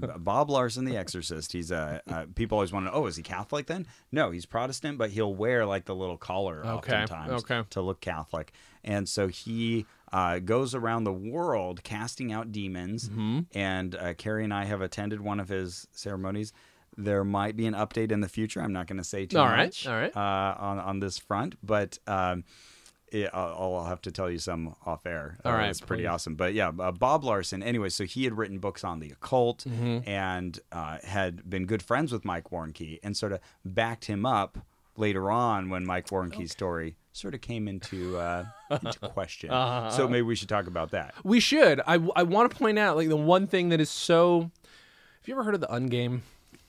S2: uh, Bob Larson, the Exorcist. He's a uh, people always want to. know, Oh, is he Catholic then? No, he's Protestant, but he'll wear like the little collar
S1: Okay,
S2: oftentimes
S1: okay.
S2: to look Catholic. And so he uh, goes around the world casting out demons.
S1: Mm-hmm.
S2: And uh, Carrie and I have attended one of his ceremonies. There might be an update in the future. I'm not going to say too
S1: All right,
S2: much
S1: all right.
S2: Uh, on on this front, but. Um, it, I'll, I'll have to tell you some off air.
S1: All
S2: Uh,
S1: right,
S2: it's pretty
S1: please.
S2: awesome. But yeah, uh, Bob Larson. Anyway, so he had written books on the occult
S1: Mm-hmm.
S2: and uh, had been good friends with Mike Warnke and sort of backed him up later on when Mike Warnke's story sort of came into uh, into question.
S1: Uh-huh.
S2: So maybe we should talk about that.
S1: we should I I want to point out like the one thing that is so have you ever heard of the Ungame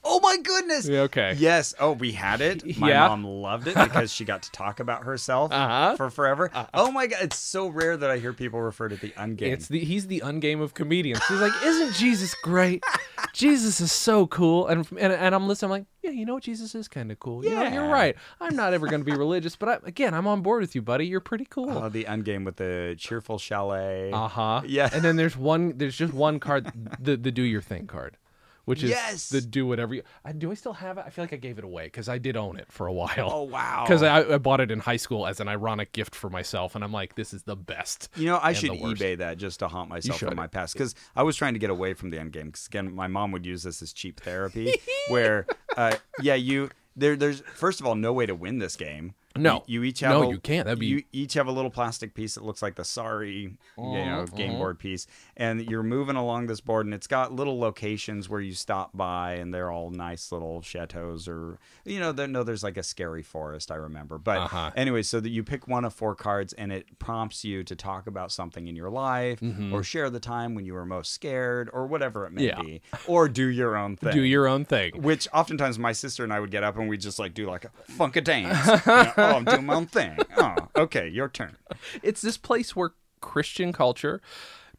S2: Oh my goodness!
S1: Yeah, okay.
S2: Yes. Oh, we had it. My
S1: Yeah.
S2: mom loved it because she got to talk about herself
S1: Uh-huh.
S2: for forever. Oh my god! It's so rare that I hear people refer to the ungame.
S1: It's the he's the ungame of comedians. He's like, isn't Jesus great? Jesus is so cool, and and, and I'm listening. I'm like, yeah, you know what? Jesus is kind of cool. Yeah, you are
S2: Yeah.
S1: right. I'm not ever going to be religious, but I, again, I'm on board with you, buddy. You're pretty cool.
S2: Oh, the end game with the cheerful chalet.
S1: Uh huh.
S2: Yeah.
S1: And then there's one. There's just one card, the the do your thing card, which is
S2: Yes!
S1: the do whatever you. I, do I still have it? I feel like I gave it away because I did own it for a while.
S2: Oh, wow.
S1: Because I, I bought it in high school as an ironic gift for myself, and I'm like, this is the best.
S2: You know, I
S1: and
S2: should
S1: the worst.
S2: eBay that just to haunt myself
S1: should.
S2: from my past because I was trying to get away from the end game. Because again, my mom would use this as cheap therapy, where, uh, yeah, you there. There's first of all no way to win this game.
S1: No.
S2: You each have
S1: No,
S2: a-
S1: you can't. That'd be-
S2: you each have a little plastic piece that looks like the sorry you know
S1: Mhm,
S2: game
S1: mhm.
S2: board piece, and you're moving along this board, and it's got little locations where you stop by, and they're all nice little chateaus, or you know, there, no, there's like a scary forest I remember, but
S1: Uh-huh.
S2: anyway, so that you pick one of four cards, and it prompts you to talk about something in your life, or share the time when you were most scared, or whatever it may
S1: Mm-hmm. Yeah.
S2: be, or do your own thing
S1: Do your own thing.
S2: which oftentimes my sister and I would get up and we'd just like do like a funk a dance. You know, oh, I'm doing my own thing. Oh, okay, your turn.
S1: It's this place where Christian culture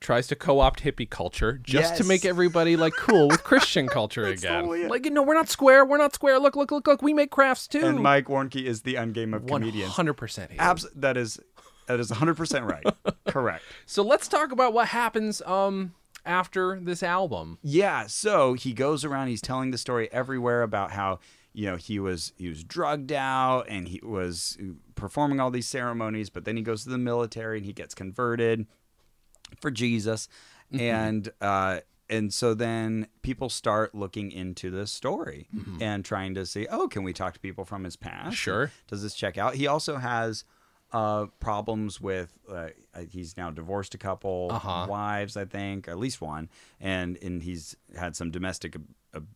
S1: tries to co-opt hippie culture just to
S2: Yes.
S1: make everybody like cool with Christian culture again.
S2: totally it.
S1: Like, no, we're not square. We're not square. Look, look, look, look. We make crafts too.
S2: And Mike Warnke is the ungame of comedians.
S1: 100%. here.
S2: Abs- that is that is 100% right. Correct.
S1: So let's talk about what happens um after this album.
S2: Yeah, so he goes around he's telling the story everywhere about how you know he was he was drugged out and he was uh, performing all these ceremonies but then he goes to the military and he gets converted for Jesus and uh and so then people start looking into this story and trying to see, oh, can we talk to people from his past?
S1: Sure.
S2: Does this check out? He also has uh, problems with, uh, he's now divorced a couple
S1: Uh-huh.
S2: wives, I think, at least one. And, and he's had some domestic ab- ab-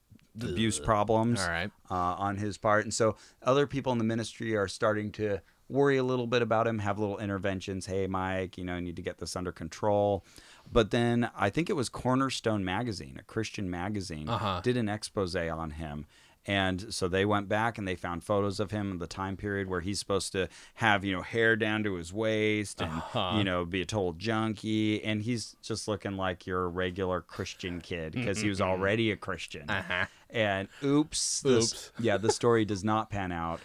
S2: abuse problems
S1: All right.
S2: uh, on his part. And so other people in the ministry are starting to worry a little bit about him, have little interventions. Hey, Mike, you know, I need to get this under control. But then I think it was Cornerstone Magazine, a Christian magazine,
S1: Uh-huh.
S2: did an expose on him. And so they went back and they found photos of him in the time period where he's supposed to have, you know, hair down to his waist and,
S1: Uh-huh.
S2: you know, be a total junkie. And he's just looking like your regular Christian kid because he was already a Christian
S1: Uh-huh.
S2: and oops, this-
S1: Oops. Hmm.
S2: yeah, the story does not pan out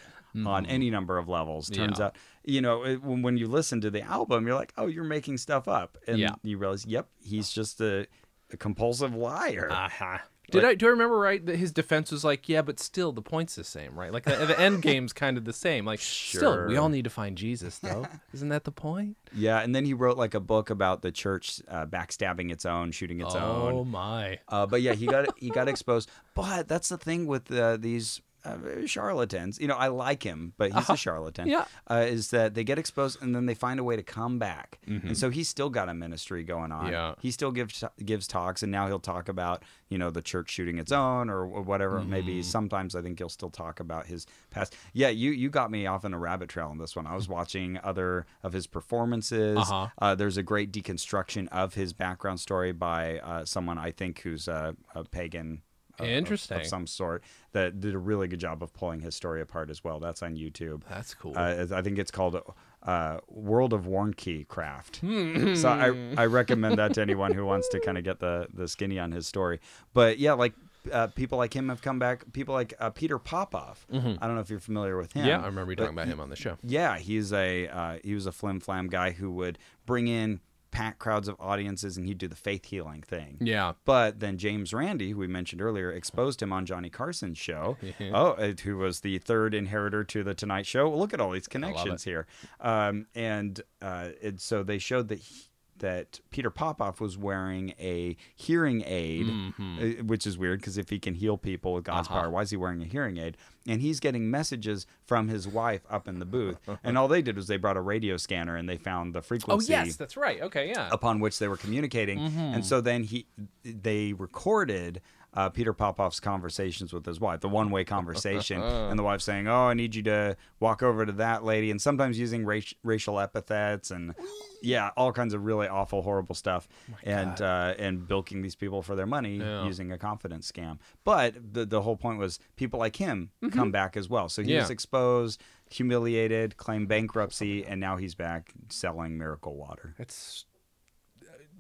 S2: on any number of levels. Turns out, you know, it, when, when you listen to the album, you're like, oh, you're making stuff up, and
S1: Yeah.
S2: you realize, yep, he's just a, a compulsive liar.
S1: Uh-huh. Did I do I remember right that his defense was like, yeah, but still the point's the same, right? Like the, the end game's kind of the same. Like, still, we
S2: Sure.
S1: all need to find Jesus, though. Isn't that the point?
S2: yeah, and then he wrote like a book about the church uh, backstabbing its own, shooting its own,
S1: Oh my!
S2: Uh, but yeah, he got he got exposed. But that's the thing with uh, these uh, charlatans. You know, I like him, but he's a charlatan.
S1: Uh-huh. Yeah.
S2: uh, is that they get exposed and then they find a way to come back. And so he's still got a ministry going on.
S1: Mm-hmm. Yeah.
S2: he still gives gives talks, and now he'll talk about you know the church shooting its own or wh- whatever it may be. Sometimes I think he'll still talk about his past. Yeah, you you got me off on a rabbit trail on this one. I was watching other of his performances.
S1: Uh-huh.
S2: Uh, there's a great deconstruction of his background story by uh, someone I think who's a, a pagan. of- of-
S1: Interesting.
S2: Of some sort that did a really good job of pulling his story apart as well. That's on YouTube.
S1: That's cool.
S2: Uh, I think it's called uh, World of Warnke Craft.
S1: Hmm.
S2: so I, I recommend that to anyone who wants to kind of get the, the skinny on his story. But yeah, like uh, people like him have come back. People like uh, Peter Popoff. I don't know if you're familiar with him.
S1: Mm-hmm. yeah, I remember you
S2: but
S1: talking about him on the show.
S2: yeah, he's a uh, he was a flim flam guy who would bring in packed crowds of audiences and he'd do the faith healing thing.
S1: Yeah.
S2: But then James Randi, who we mentioned earlier, exposed him on Johnny Carson's show. oh, uh, who was the third inheritor to the Tonight Show? Well, look at all these connections here. Um, and uh, and so they showed that. He, that Peter Popoff was wearing a hearing aid,
S1: Mm-hmm.
S2: uh, which is weird because if he can heal people with
S1: Uh-huh.
S2: God's power, why is he wearing a hearing aid? And he's getting messages from his wife up in the booth. and all they did was they brought a radio scanner and they found the
S1: Oh
S2: frequency
S1: yes, that's right. Okay, yeah. Mm-hmm.
S2: upon which they were communicating. And so then he, they recorded uh, Peter Popoff's conversations with his wife, the one-way conversation, and the wife saying, "Oh, I need you to walk over to that lady," and sometimes using rac- racial epithets and yeah, all kinds of really awful, horrible stuff,
S1: Oh
S2: and uh, and bilking these people for their money using a confidence scam. But the the whole point was people like him come back as well. So he
S1: Mm-hmm. Yeah.
S2: was exposed. Humiliated, claimed bankruptcy, and now he's back selling miracle water.
S1: It's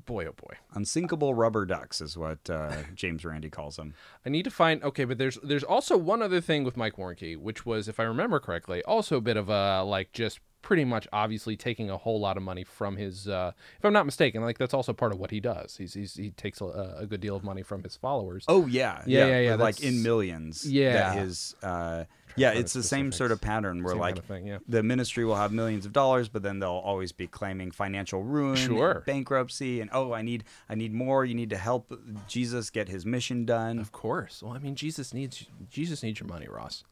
S1: boy, oh boy.
S2: Unsinkable rubber ducks is what uh, James Randi calls them.
S1: I need to find okay, but there's there's also one other thing with Mike Warnke, which was, if I remember correctly, also a bit of a like just pretty much obviously taking a whole lot of money from his. Uh, if I'm not mistaken, like that's also part of what he does. He's, he's he takes a, a good deal of money from his followers.
S2: Oh yeah,
S1: Yeah, yeah, yeah,
S2: like
S1: that's-
S2: in millions.
S1: Yeah.
S2: that his. Uh, yeah,
S1: find
S2: it's
S1: the
S2: the same sort of pattern where
S1: Same
S2: like
S1: kind of thing, yeah.
S2: the ministry will have millions of dollars, but then they'll always be claiming financial ruin, and
S1: Sure.
S2: bankruptcy, and oh, I need, I need more. You need to help Jesus get his mission done.
S1: Of course. Well, I mean, Jesus needs Jesus needs your money, Ross.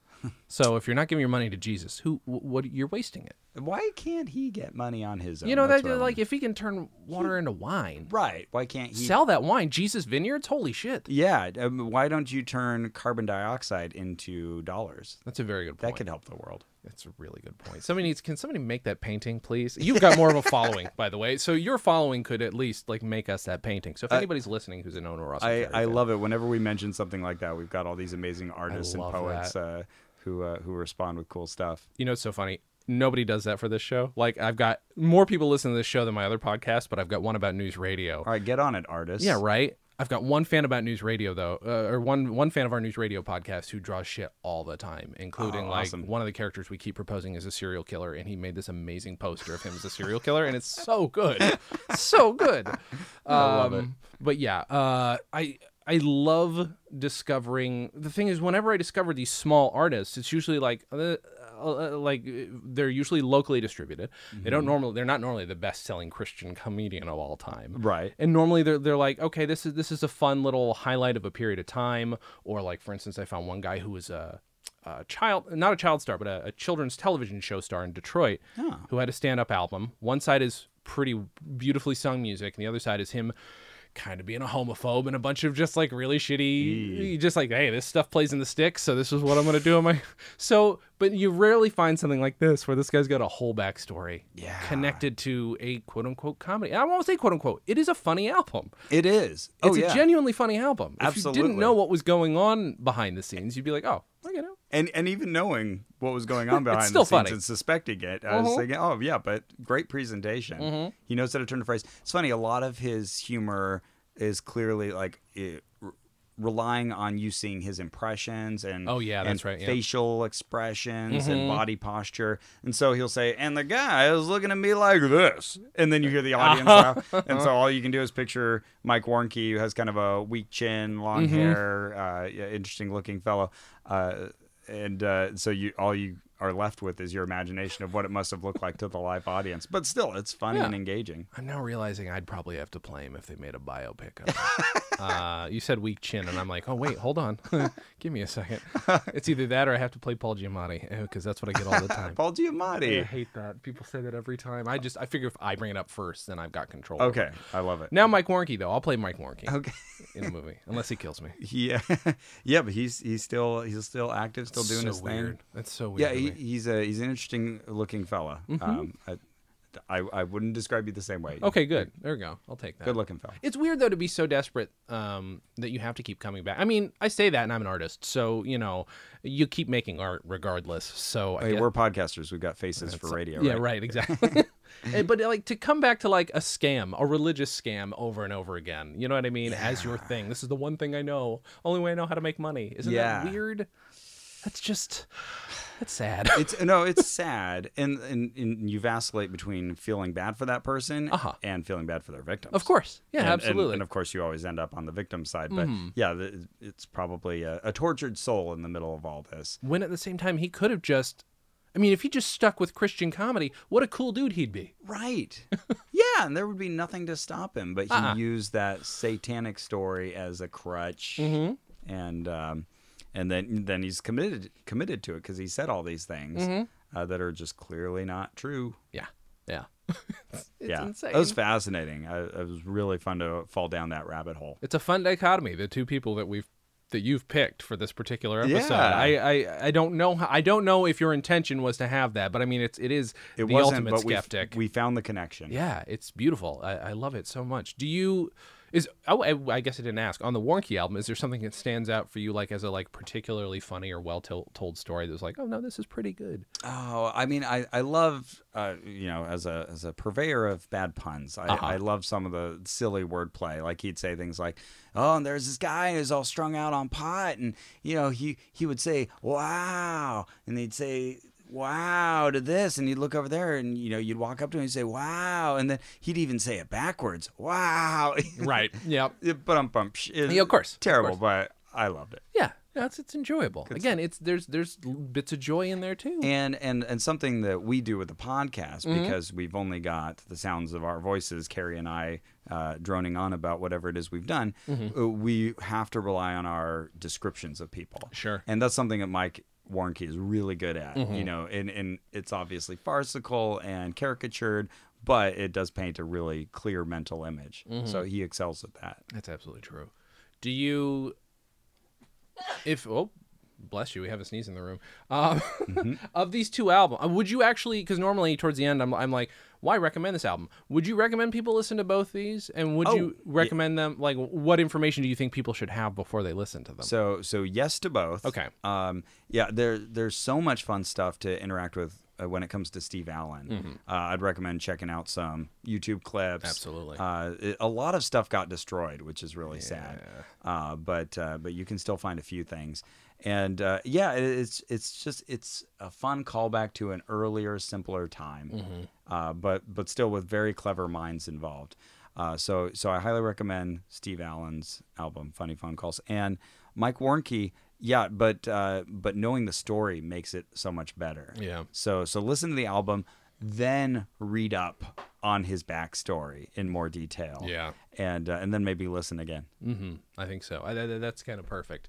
S1: So if you're not giving your money to Jesus, who wh- what you're wasting it.
S2: Why can't he get money on his own?
S1: You know
S2: That's
S1: that
S2: what I
S1: like if he can turn water into wine,
S2: wonder. right? Why can't he?
S1: sell that wine, Jesus Vineyards, holy shit.
S2: yeah. Um, why don't you turn carbon dioxide into dollars?
S1: That's a very good
S2: That
S1: point.
S2: could help the world.
S1: That's a really good point. Somebody needs. Can somebody make that painting, please? You've got more of a following, by the way. So your following could at least like make us that painting. So if anybody's listening who's an owner, Ross,
S2: I, I love it. Whenever we mention something like that, we've got all these amazing artists and
S1: love
S2: poets uh, who uh, who respond with cool stuff.
S1: You know, it's so funny. Nobody does that for this show. Like I've got more people listening to this show than my other podcast, but I've got one about news radio.
S2: All right, get on it, artists.
S1: Yeah, right. I've got one fan about news radio though, uh, or one one fan of our news radio podcast who draws shit all the time, including
S2: Oh,
S1: like
S2: awesome.
S1: one of the characters we keep proposing is a serial killer, and he made this amazing poster of him as a serial killer, and it's so good, so good. Um, But yeah, uh, I I love discovering. The thing is, whenever I discover these small artists, it's usually like. Uh, uh, like uh, they're usually locally distributed. They
S2: Mm-hmm.
S1: don't normally they're not normally the best-selling Christian comedian of all time.
S2: Right.
S1: And normally they're they're like, okay, this is this is a fun little highlight of a period of time. Or like, for instance, I found one guy who was a, a child, not a child star, but a, a children's television show star in Detroit, who had a stand-up album. One side is pretty beautifully sung music, and the other side is him kind of being a homophobe and a bunch of just like really shitty just like hey this stuff plays in the sticks so this is what i'm gonna do on my so but you rarely find something like this where this guy's got a whole backstory
S2: Yeah.
S1: connected to a quote unquote comedy. And I won't say quote unquote. It is a funny album.
S2: It is.
S1: It's
S2: oh yeah.
S1: a genuinely funny album. If you
S2: Absolutely.
S1: didn't know what was going on behind the scenes, you'd be like, oh, I get it.
S2: and and even knowing what was going on behind
S1: still
S2: the scenes
S1: funny. Mm-hmm.
S2: and suspecting it, I was thinking, oh yeah, but great presentation. He knows how to turn the phrase. It's funny. A lot of his humor is clearly like. It, r- relying on you seeing his impressions and
S1: Oh, yeah, that's
S2: and
S1: right, yeah.
S2: facial expressions
S1: Mm-hmm.
S2: and body posture and so he'll say and the guy is looking at me like this and then you hear the audience laugh and so all you can do is picture Mike Warnke who has kind of a weak chin long
S1: Mm-hmm.
S2: hair uh, yeah, interesting looking fellow uh, and uh, so you all you are left with is your imagination of what it must have looked like to the live audience but still it's fun and
S1: Yeah.
S2: engaging
S1: I'm now realizing I'd probably have to play him if they made a biopic of him. uh, you said weak chin, and I'm like, oh, wait, hold on. Give me a second. It's either that or I have to play Paul Giamatti because that's what I get all the time.
S2: Paul
S1: I
S2: Giamatti
S1: hate that. People say that every time. I just, I figure if I bring it up first, then I've got control.
S2: okay I love it
S1: Now Mike Warnke, though. I'll play Mike Warnke
S2: okay
S1: in a movie, unless he kills me.
S2: yeah yeah but he's he's still he's still active still doing
S1: so
S2: his thing
S1: weird. That's so
S2: yeah
S1: weird.
S2: he, he's a he's an interesting looking fella um, I, I I wouldn't describe you the same way
S1: Mm-hmm. okay, good. There we go. I'll take that.
S2: good looking fella
S1: It's weird though to be so desperate um, that you have to keep coming back. I mean, I say that, and I'm an artist, so you know, you keep making art regardless. So I
S2: hey,
S1: guess-
S2: we're podcasters we've got faces for radio
S1: yeah,
S2: right?
S1: right, exactly. And- but like to come back to like a scam, a religious scam, over and over again. You know what I mean? As your thing. This is the one thing I know. Only way I know how to make money. Isn't
S2: Yeah.
S1: that weird? That's just that's sad.
S2: it's no, it's sad, and, and and you vacillate between feeling bad for that person
S1: Uh-huh.
S2: and feeling bad for their victims.
S1: of course. Yeah,
S2: And- and-
S1: absolutely. Mm-hmm.
S2: And, of course, you always end up on the victim side. But yeah, the, it's probably a, a tortured soul in the middle of all this.
S1: when at the same time he could have just I mean, if he just stuck with Christian comedy, what a cool dude he'd be.
S2: Right. yeah, and there would be nothing to stop him. But he
S1: Uh-uh.
S2: used that satanic story as a crutch,
S1: Mm-hmm.
S2: and um, and then then he's committed committed to it because he said all these things
S1: Mm-hmm.
S2: uh, that are just clearly not true.
S1: Yeah. Yeah. it's
S2: yeah,
S1: insane.
S2: that was fascinating. I, it was really fun to fall down that rabbit hole.
S1: it's a fun dichotomy, the two people that we've that you've picked for this particular episode.
S2: Yeah.
S1: I, I I don't know how, I don't know if your intention was to have that, but I mean it's it is
S2: It
S1: the
S2: wasn't,
S1: ultimate
S2: but we-
S1: skeptic.
S2: We, found the connection.
S1: yeah, it's beautiful. I, I love it so much. Do you is oh I, I guess I didn't ask on the Warnke album. Is there something that stands out for you like as a like particularly funny or well to- told story that was like oh no this is pretty good
S2: Oh, I mean, I I love uh, you know as a as a purveyor of bad puns, I,
S1: Uh-huh.
S2: I love some of the silly wordplay. Like he'd say things like, "Oh, and there's this guy who's all strung out on pot," and you know he he would say, "Wow," and they'd say. Wow, to this, and he'd look over there, and you know, you'd walk up to him and say, "Wow," and then he'd even say it backwards, "Wow."
S1: right yep
S2: but I'm bumped.
S1: Yeah, of course, of
S2: terrible, but I loved it.
S1: Yeah, no, it's it's enjoyable. Again, it's there's there's l- bits of joy in there too.
S2: and and and something that we do with the podcast
S1: Mm-hmm.
S2: because we've only got the sounds of our voices carrie and i uh, droning on about whatever it is we've done
S1: Mm-hmm.
S2: uh, we have to rely on our descriptions of people
S1: Sure.
S2: and that's something that mike Warnke is really good at.
S1: Mm-hmm.
S2: You know, and and it's obviously farcical and caricatured, but it does paint a really clear mental image.
S1: Mm-hmm.
S2: So he excels at that.
S1: That's absolutely true. Do you, if oh, bless you, we have a sneeze in the room. Um, Of these two albums, would you actually? Because normally towards the end, I'm, I'm like, why recommend this album? Would you recommend people listen to both these? And would you recommend them? Like, what information do you think people should have before they listen to them?
S2: So so yes to both.
S1: Okay.
S2: Um, yeah, there there's so much fun stuff to interact with uh, when it comes to Steve Allen. Uh, I'd recommend checking out some YouTube clips.
S1: Absolutely.
S2: Uh, it- a lot of stuff got destroyed, which is really sad. Uh, but uh, but you can still find a few things. And uh, yeah, it, it's it's just it's a fun callback to an earlier, simpler time, uh, but but still with very clever minds involved. Uh, so so I highly recommend Steve Allen's album, Funny Phone Calls, and Mike Warnke. Yeah, but uh, but knowing the story makes it so much better.
S1: Yeah.
S2: So so listen to the album, then read up on his backstory in more detail.
S1: Yeah.
S2: And uh, and then maybe listen again.
S1: hmm I think so. I, that- that's kind of perfect.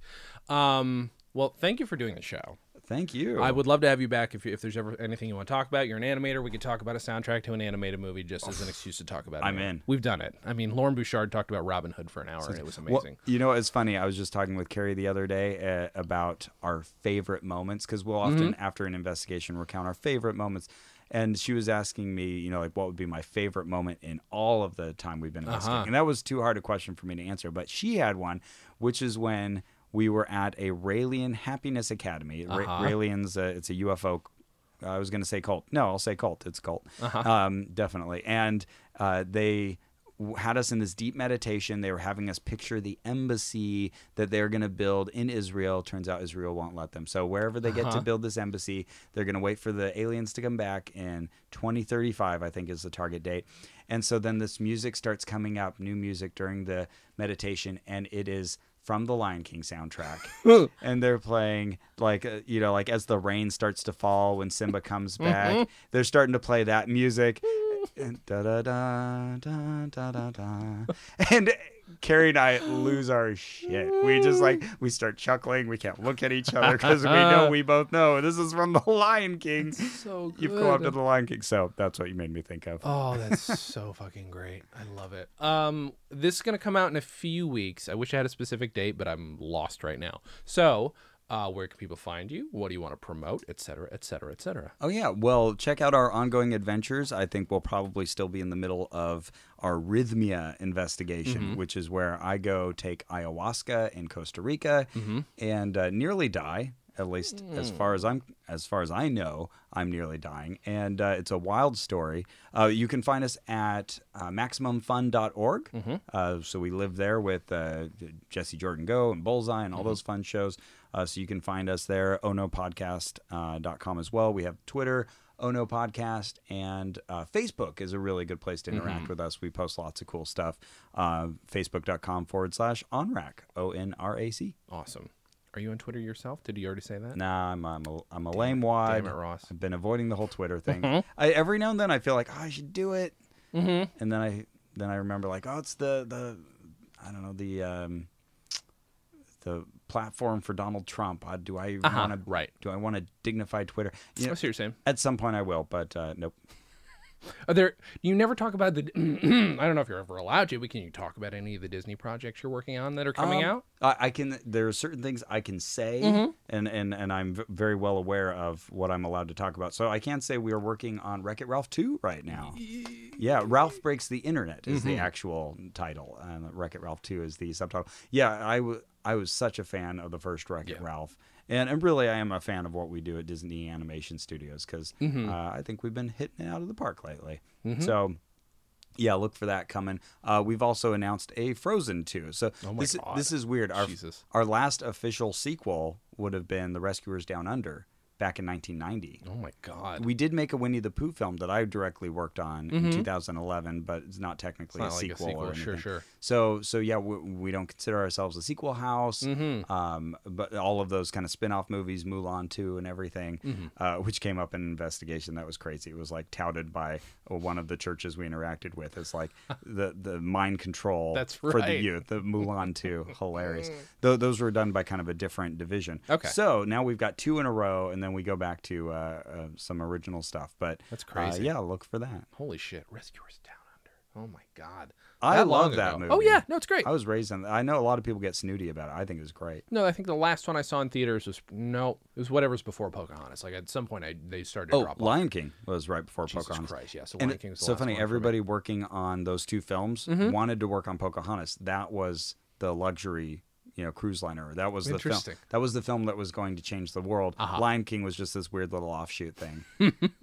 S1: Um, well, thank you for doing the show.
S2: Thank you.
S1: I would love to have you back if, you, if there's ever anything you want to talk about. You're an animator. We could talk about a soundtrack to an animated movie just as an excuse to talk about it.
S2: I'm in.
S1: We've done it. I mean, Lauren Bouchard talked about Robin Hood for an hour, and it was
S2: Well,
S1: amazing.
S2: you know, it's funny. I was just talking with Carrie the other day uh, about our favorite moments because we'll often, after an investigation, recount our favorite moments. And she was asking me, you know, like what would be my favorite moment in all of the time we've been investigating. And that was too hard a question for me to answer. But she had one, which is when we were at a Raelian Happiness Academy. Ra- Raelians, uh, it's a UFO I was going to say cult. No, I'll say cult. It's cult. Um, definitely. And uh, they w- had us in this deep meditation. They were having us picture the embassy that they're going to build in Israel. Turns out Israel won't let them. So wherever they get to build this embassy, they're going to wait for the aliens to come back in 2035, I think is the target date. And so then this music starts coming up, new music during the meditation, and it is from the Lion King soundtrack, and they're playing like uh, you know, like as the rain starts to fall when Simba comes back, they're starting to play that music, and da da da da da da da, and Carrie and I lose our shit. We just like we start chuckling. We can't look at each other because we know we both know this is from the Lion King.
S1: So
S2: You've come up to the Lion King, so that's what you made me think of.
S1: Oh, that's so fucking great. I love it. Um, this is going to come out in a few weeks. I wish I had a specific date, but I'm lost right now. So, uh, where can people find you? What do you want to promote, et cetera, et cetera, et cetera?
S2: Oh yeah, well, check out our ongoing adventures. I think we'll probably still be in the middle of our rhythmia investigation, which is where I go take ayahuasca in Costa Rica and uh, nearly die. At least as far as I'm, as far as I know, I'm nearly dying, and uh, it's a wild story. Uh, you can find us at uh, maximumfun.org. Uh, so we live there with uh, Jesse Jordan Go and Bullseye and all those fun shows. Uh, so you can find us there, onopodcast.com as well. We have Twitter, Ono Podcast, and uh, Facebook is a really good place to interact with us. We post lots of cool stuff. Uh, Facebook.com forward slash onrac, O N R A C.
S1: Awesome. Are you on Twitter yourself? Did you already say that?
S2: Nah, I'm, I'm, a, I'm a lame wad.
S1: Damn it, Ross. Mm-hmm.
S2: I've been avoiding the whole Twitter thing. I, every now and then I feel like, oh, I should do it. And then I then I remember like, oh, it's the, the I don't know, the um, the platform for Donald Trump. Uh, do I
S1: Uh-huh,
S2: want to
S1: right.
S2: Do I want to dignify Twitter? You know,
S1: I see what you're saying.
S2: at some point I will, but uh, nope.
S1: Are there? You never talk about the. I don't know if you're ever allowed to, but can you talk about any of the Disney projects you're working on that are coming
S2: Um,
S1: out?
S2: I, I can. There are certain things I can say,
S1: Mm-hmm.
S2: and and and I'm v- very well aware of what I'm allowed to talk about. So I can say we are working on Wreck It Ralph two right now. Yeah, Ralph breaks the internet is
S1: Mm-hmm.
S2: the actual title, and Wreck It Ralph two is the subtitle. Yeah, I wa- I was such a fan of the first Wreck It Ralph. And, and really, I am a fan of what we do at Disney Animation Studios because
S1: Mm-hmm.
S2: uh, I think we've been hitting it out of the park lately. So yeah, look for that coming. Uh, we've also announced a Frozen 2. So
S1: Oh my
S2: this,
S1: God.
S2: this is weird. Our,
S1: Jesus.
S2: our last official sequel would have been The Rescuers Down Under back in 1990.
S1: Oh my god. Mm-hmm.
S2: We did make a Winnie the Pooh film that I directly worked on in 2011, but it's not technically
S1: It's not
S2: a,
S1: like a
S2: sequel
S1: sequel,
S2: or anything.
S1: sure, sure.
S2: So, so yeah, we, we don't consider ourselves a sequel house.
S1: Mm-hmm.
S2: Um, but all of those kind of spin-off movies, Mulan 2 and everything,
S1: Mm-hmm.
S2: uh, which came up in an investigation that was crazy. It was like touted by uh, one of the churches we interacted with as like the the mind control
S1: That's
S2: for the
S1: right. Mm.
S2: youth. The Mulan 2, hilarious. Tho- those were done by kind of a different division.
S1: Okay.
S2: So now we've got two in a row, and then we go back to uh, uh, some original stuff. But
S1: That's
S2: uh,
S1: crazy.
S2: yeah, look for that.
S1: Holy shit. Rescuers down under. Oh my god.
S2: I
S1: That long
S2: love that
S1: ago.
S2: movie.
S1: Oh yeah, no, it's great.
S2: I was raised on. I know a lot of people get snooty about it. I think it was great.
S1: No, I think the last one I saw in theaters was no, it was whatever's before Pocahontas. Like at some point, I they started to
S2: Oh,
S1: drop off.
S2: Lion King was right before
S1: Jesus
S2: Pocahontas.
S1: Christ, yeah. So
S2: And
S1: Lion King was the
S2: it's so
S1: last
S2: funny.
S1: one for me. Mm-hmm.
S2: Everybody working on those two films wanted to work on Pocahontas. That was the luxury, you know, cruise liner. That was the film.
S1: Interesting. Uh-huh.
S2: That was the film that was going to change the world. Lion King was just this weird little offshoot thing.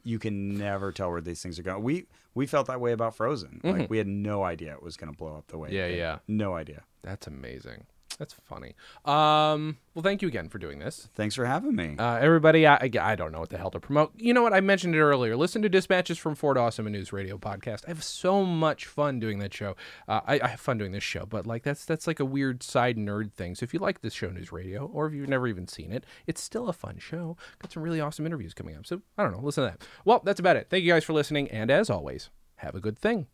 S2: you can never tell where these things are going. We we felt that way about Frozen. Like we had no idea it was going to blow up the way. it
S1: Mm-hmm. Yeah,
S2: did.
S1: yeah.
S2: No idea.
S1: That's amazing. That's funny. Um, well, thank you again for doing this.
S2: Thanks for having me.
S1: Uh, everybody, I, I- I don't know what the hell to promote. You know what? I mentioned it earlier. Listen to Dispatches from Fort Awesome, a news radio podcast. I have so much fun doing that show. Uh, I, I have fun doing this show, but like that's that's like a weird side nerd thing. So if you like this show, News Radio, or if you've never even seen it, it's still a fun show. Got some really awesome interviews coming up. So I don't know. Listen to that. Well, that's about it. Thank you guys for listening, and as always, have a good thing.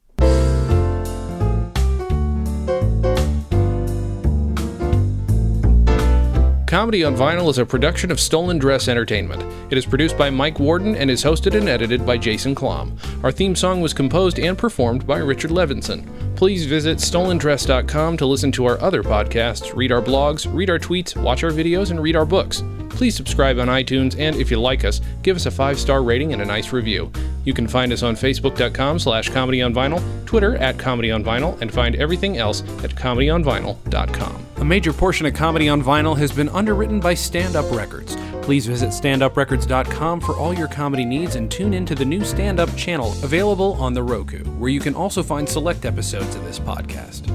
S1: Comedy on Vinyl is a production of Stolen Dress Entertainment. It is produced by Mike Warden and is hosted and edited by Jason Klom. Our theme song was composed and performed by Richard Levinson. Please visit stolendress.com to listen to our other podcasts, read our blogs, read our tweets, watch our videos, and read our books. Please subscribe on iTunes, and if you like us, give us a five-star rating and a nice review. You can find us on facebook.com slash comedy on vinyl, Twitter at comedy on vinyl, and find everything else at comedyonvinyl.com. A major portion of Comedy on Vinyl has been underwritten by Stand Up Records. Please visit standuprecords.com for all your comedy needs and tune into the new Stand Up channel available on the Roku, where you can also find select episodes of this podcast.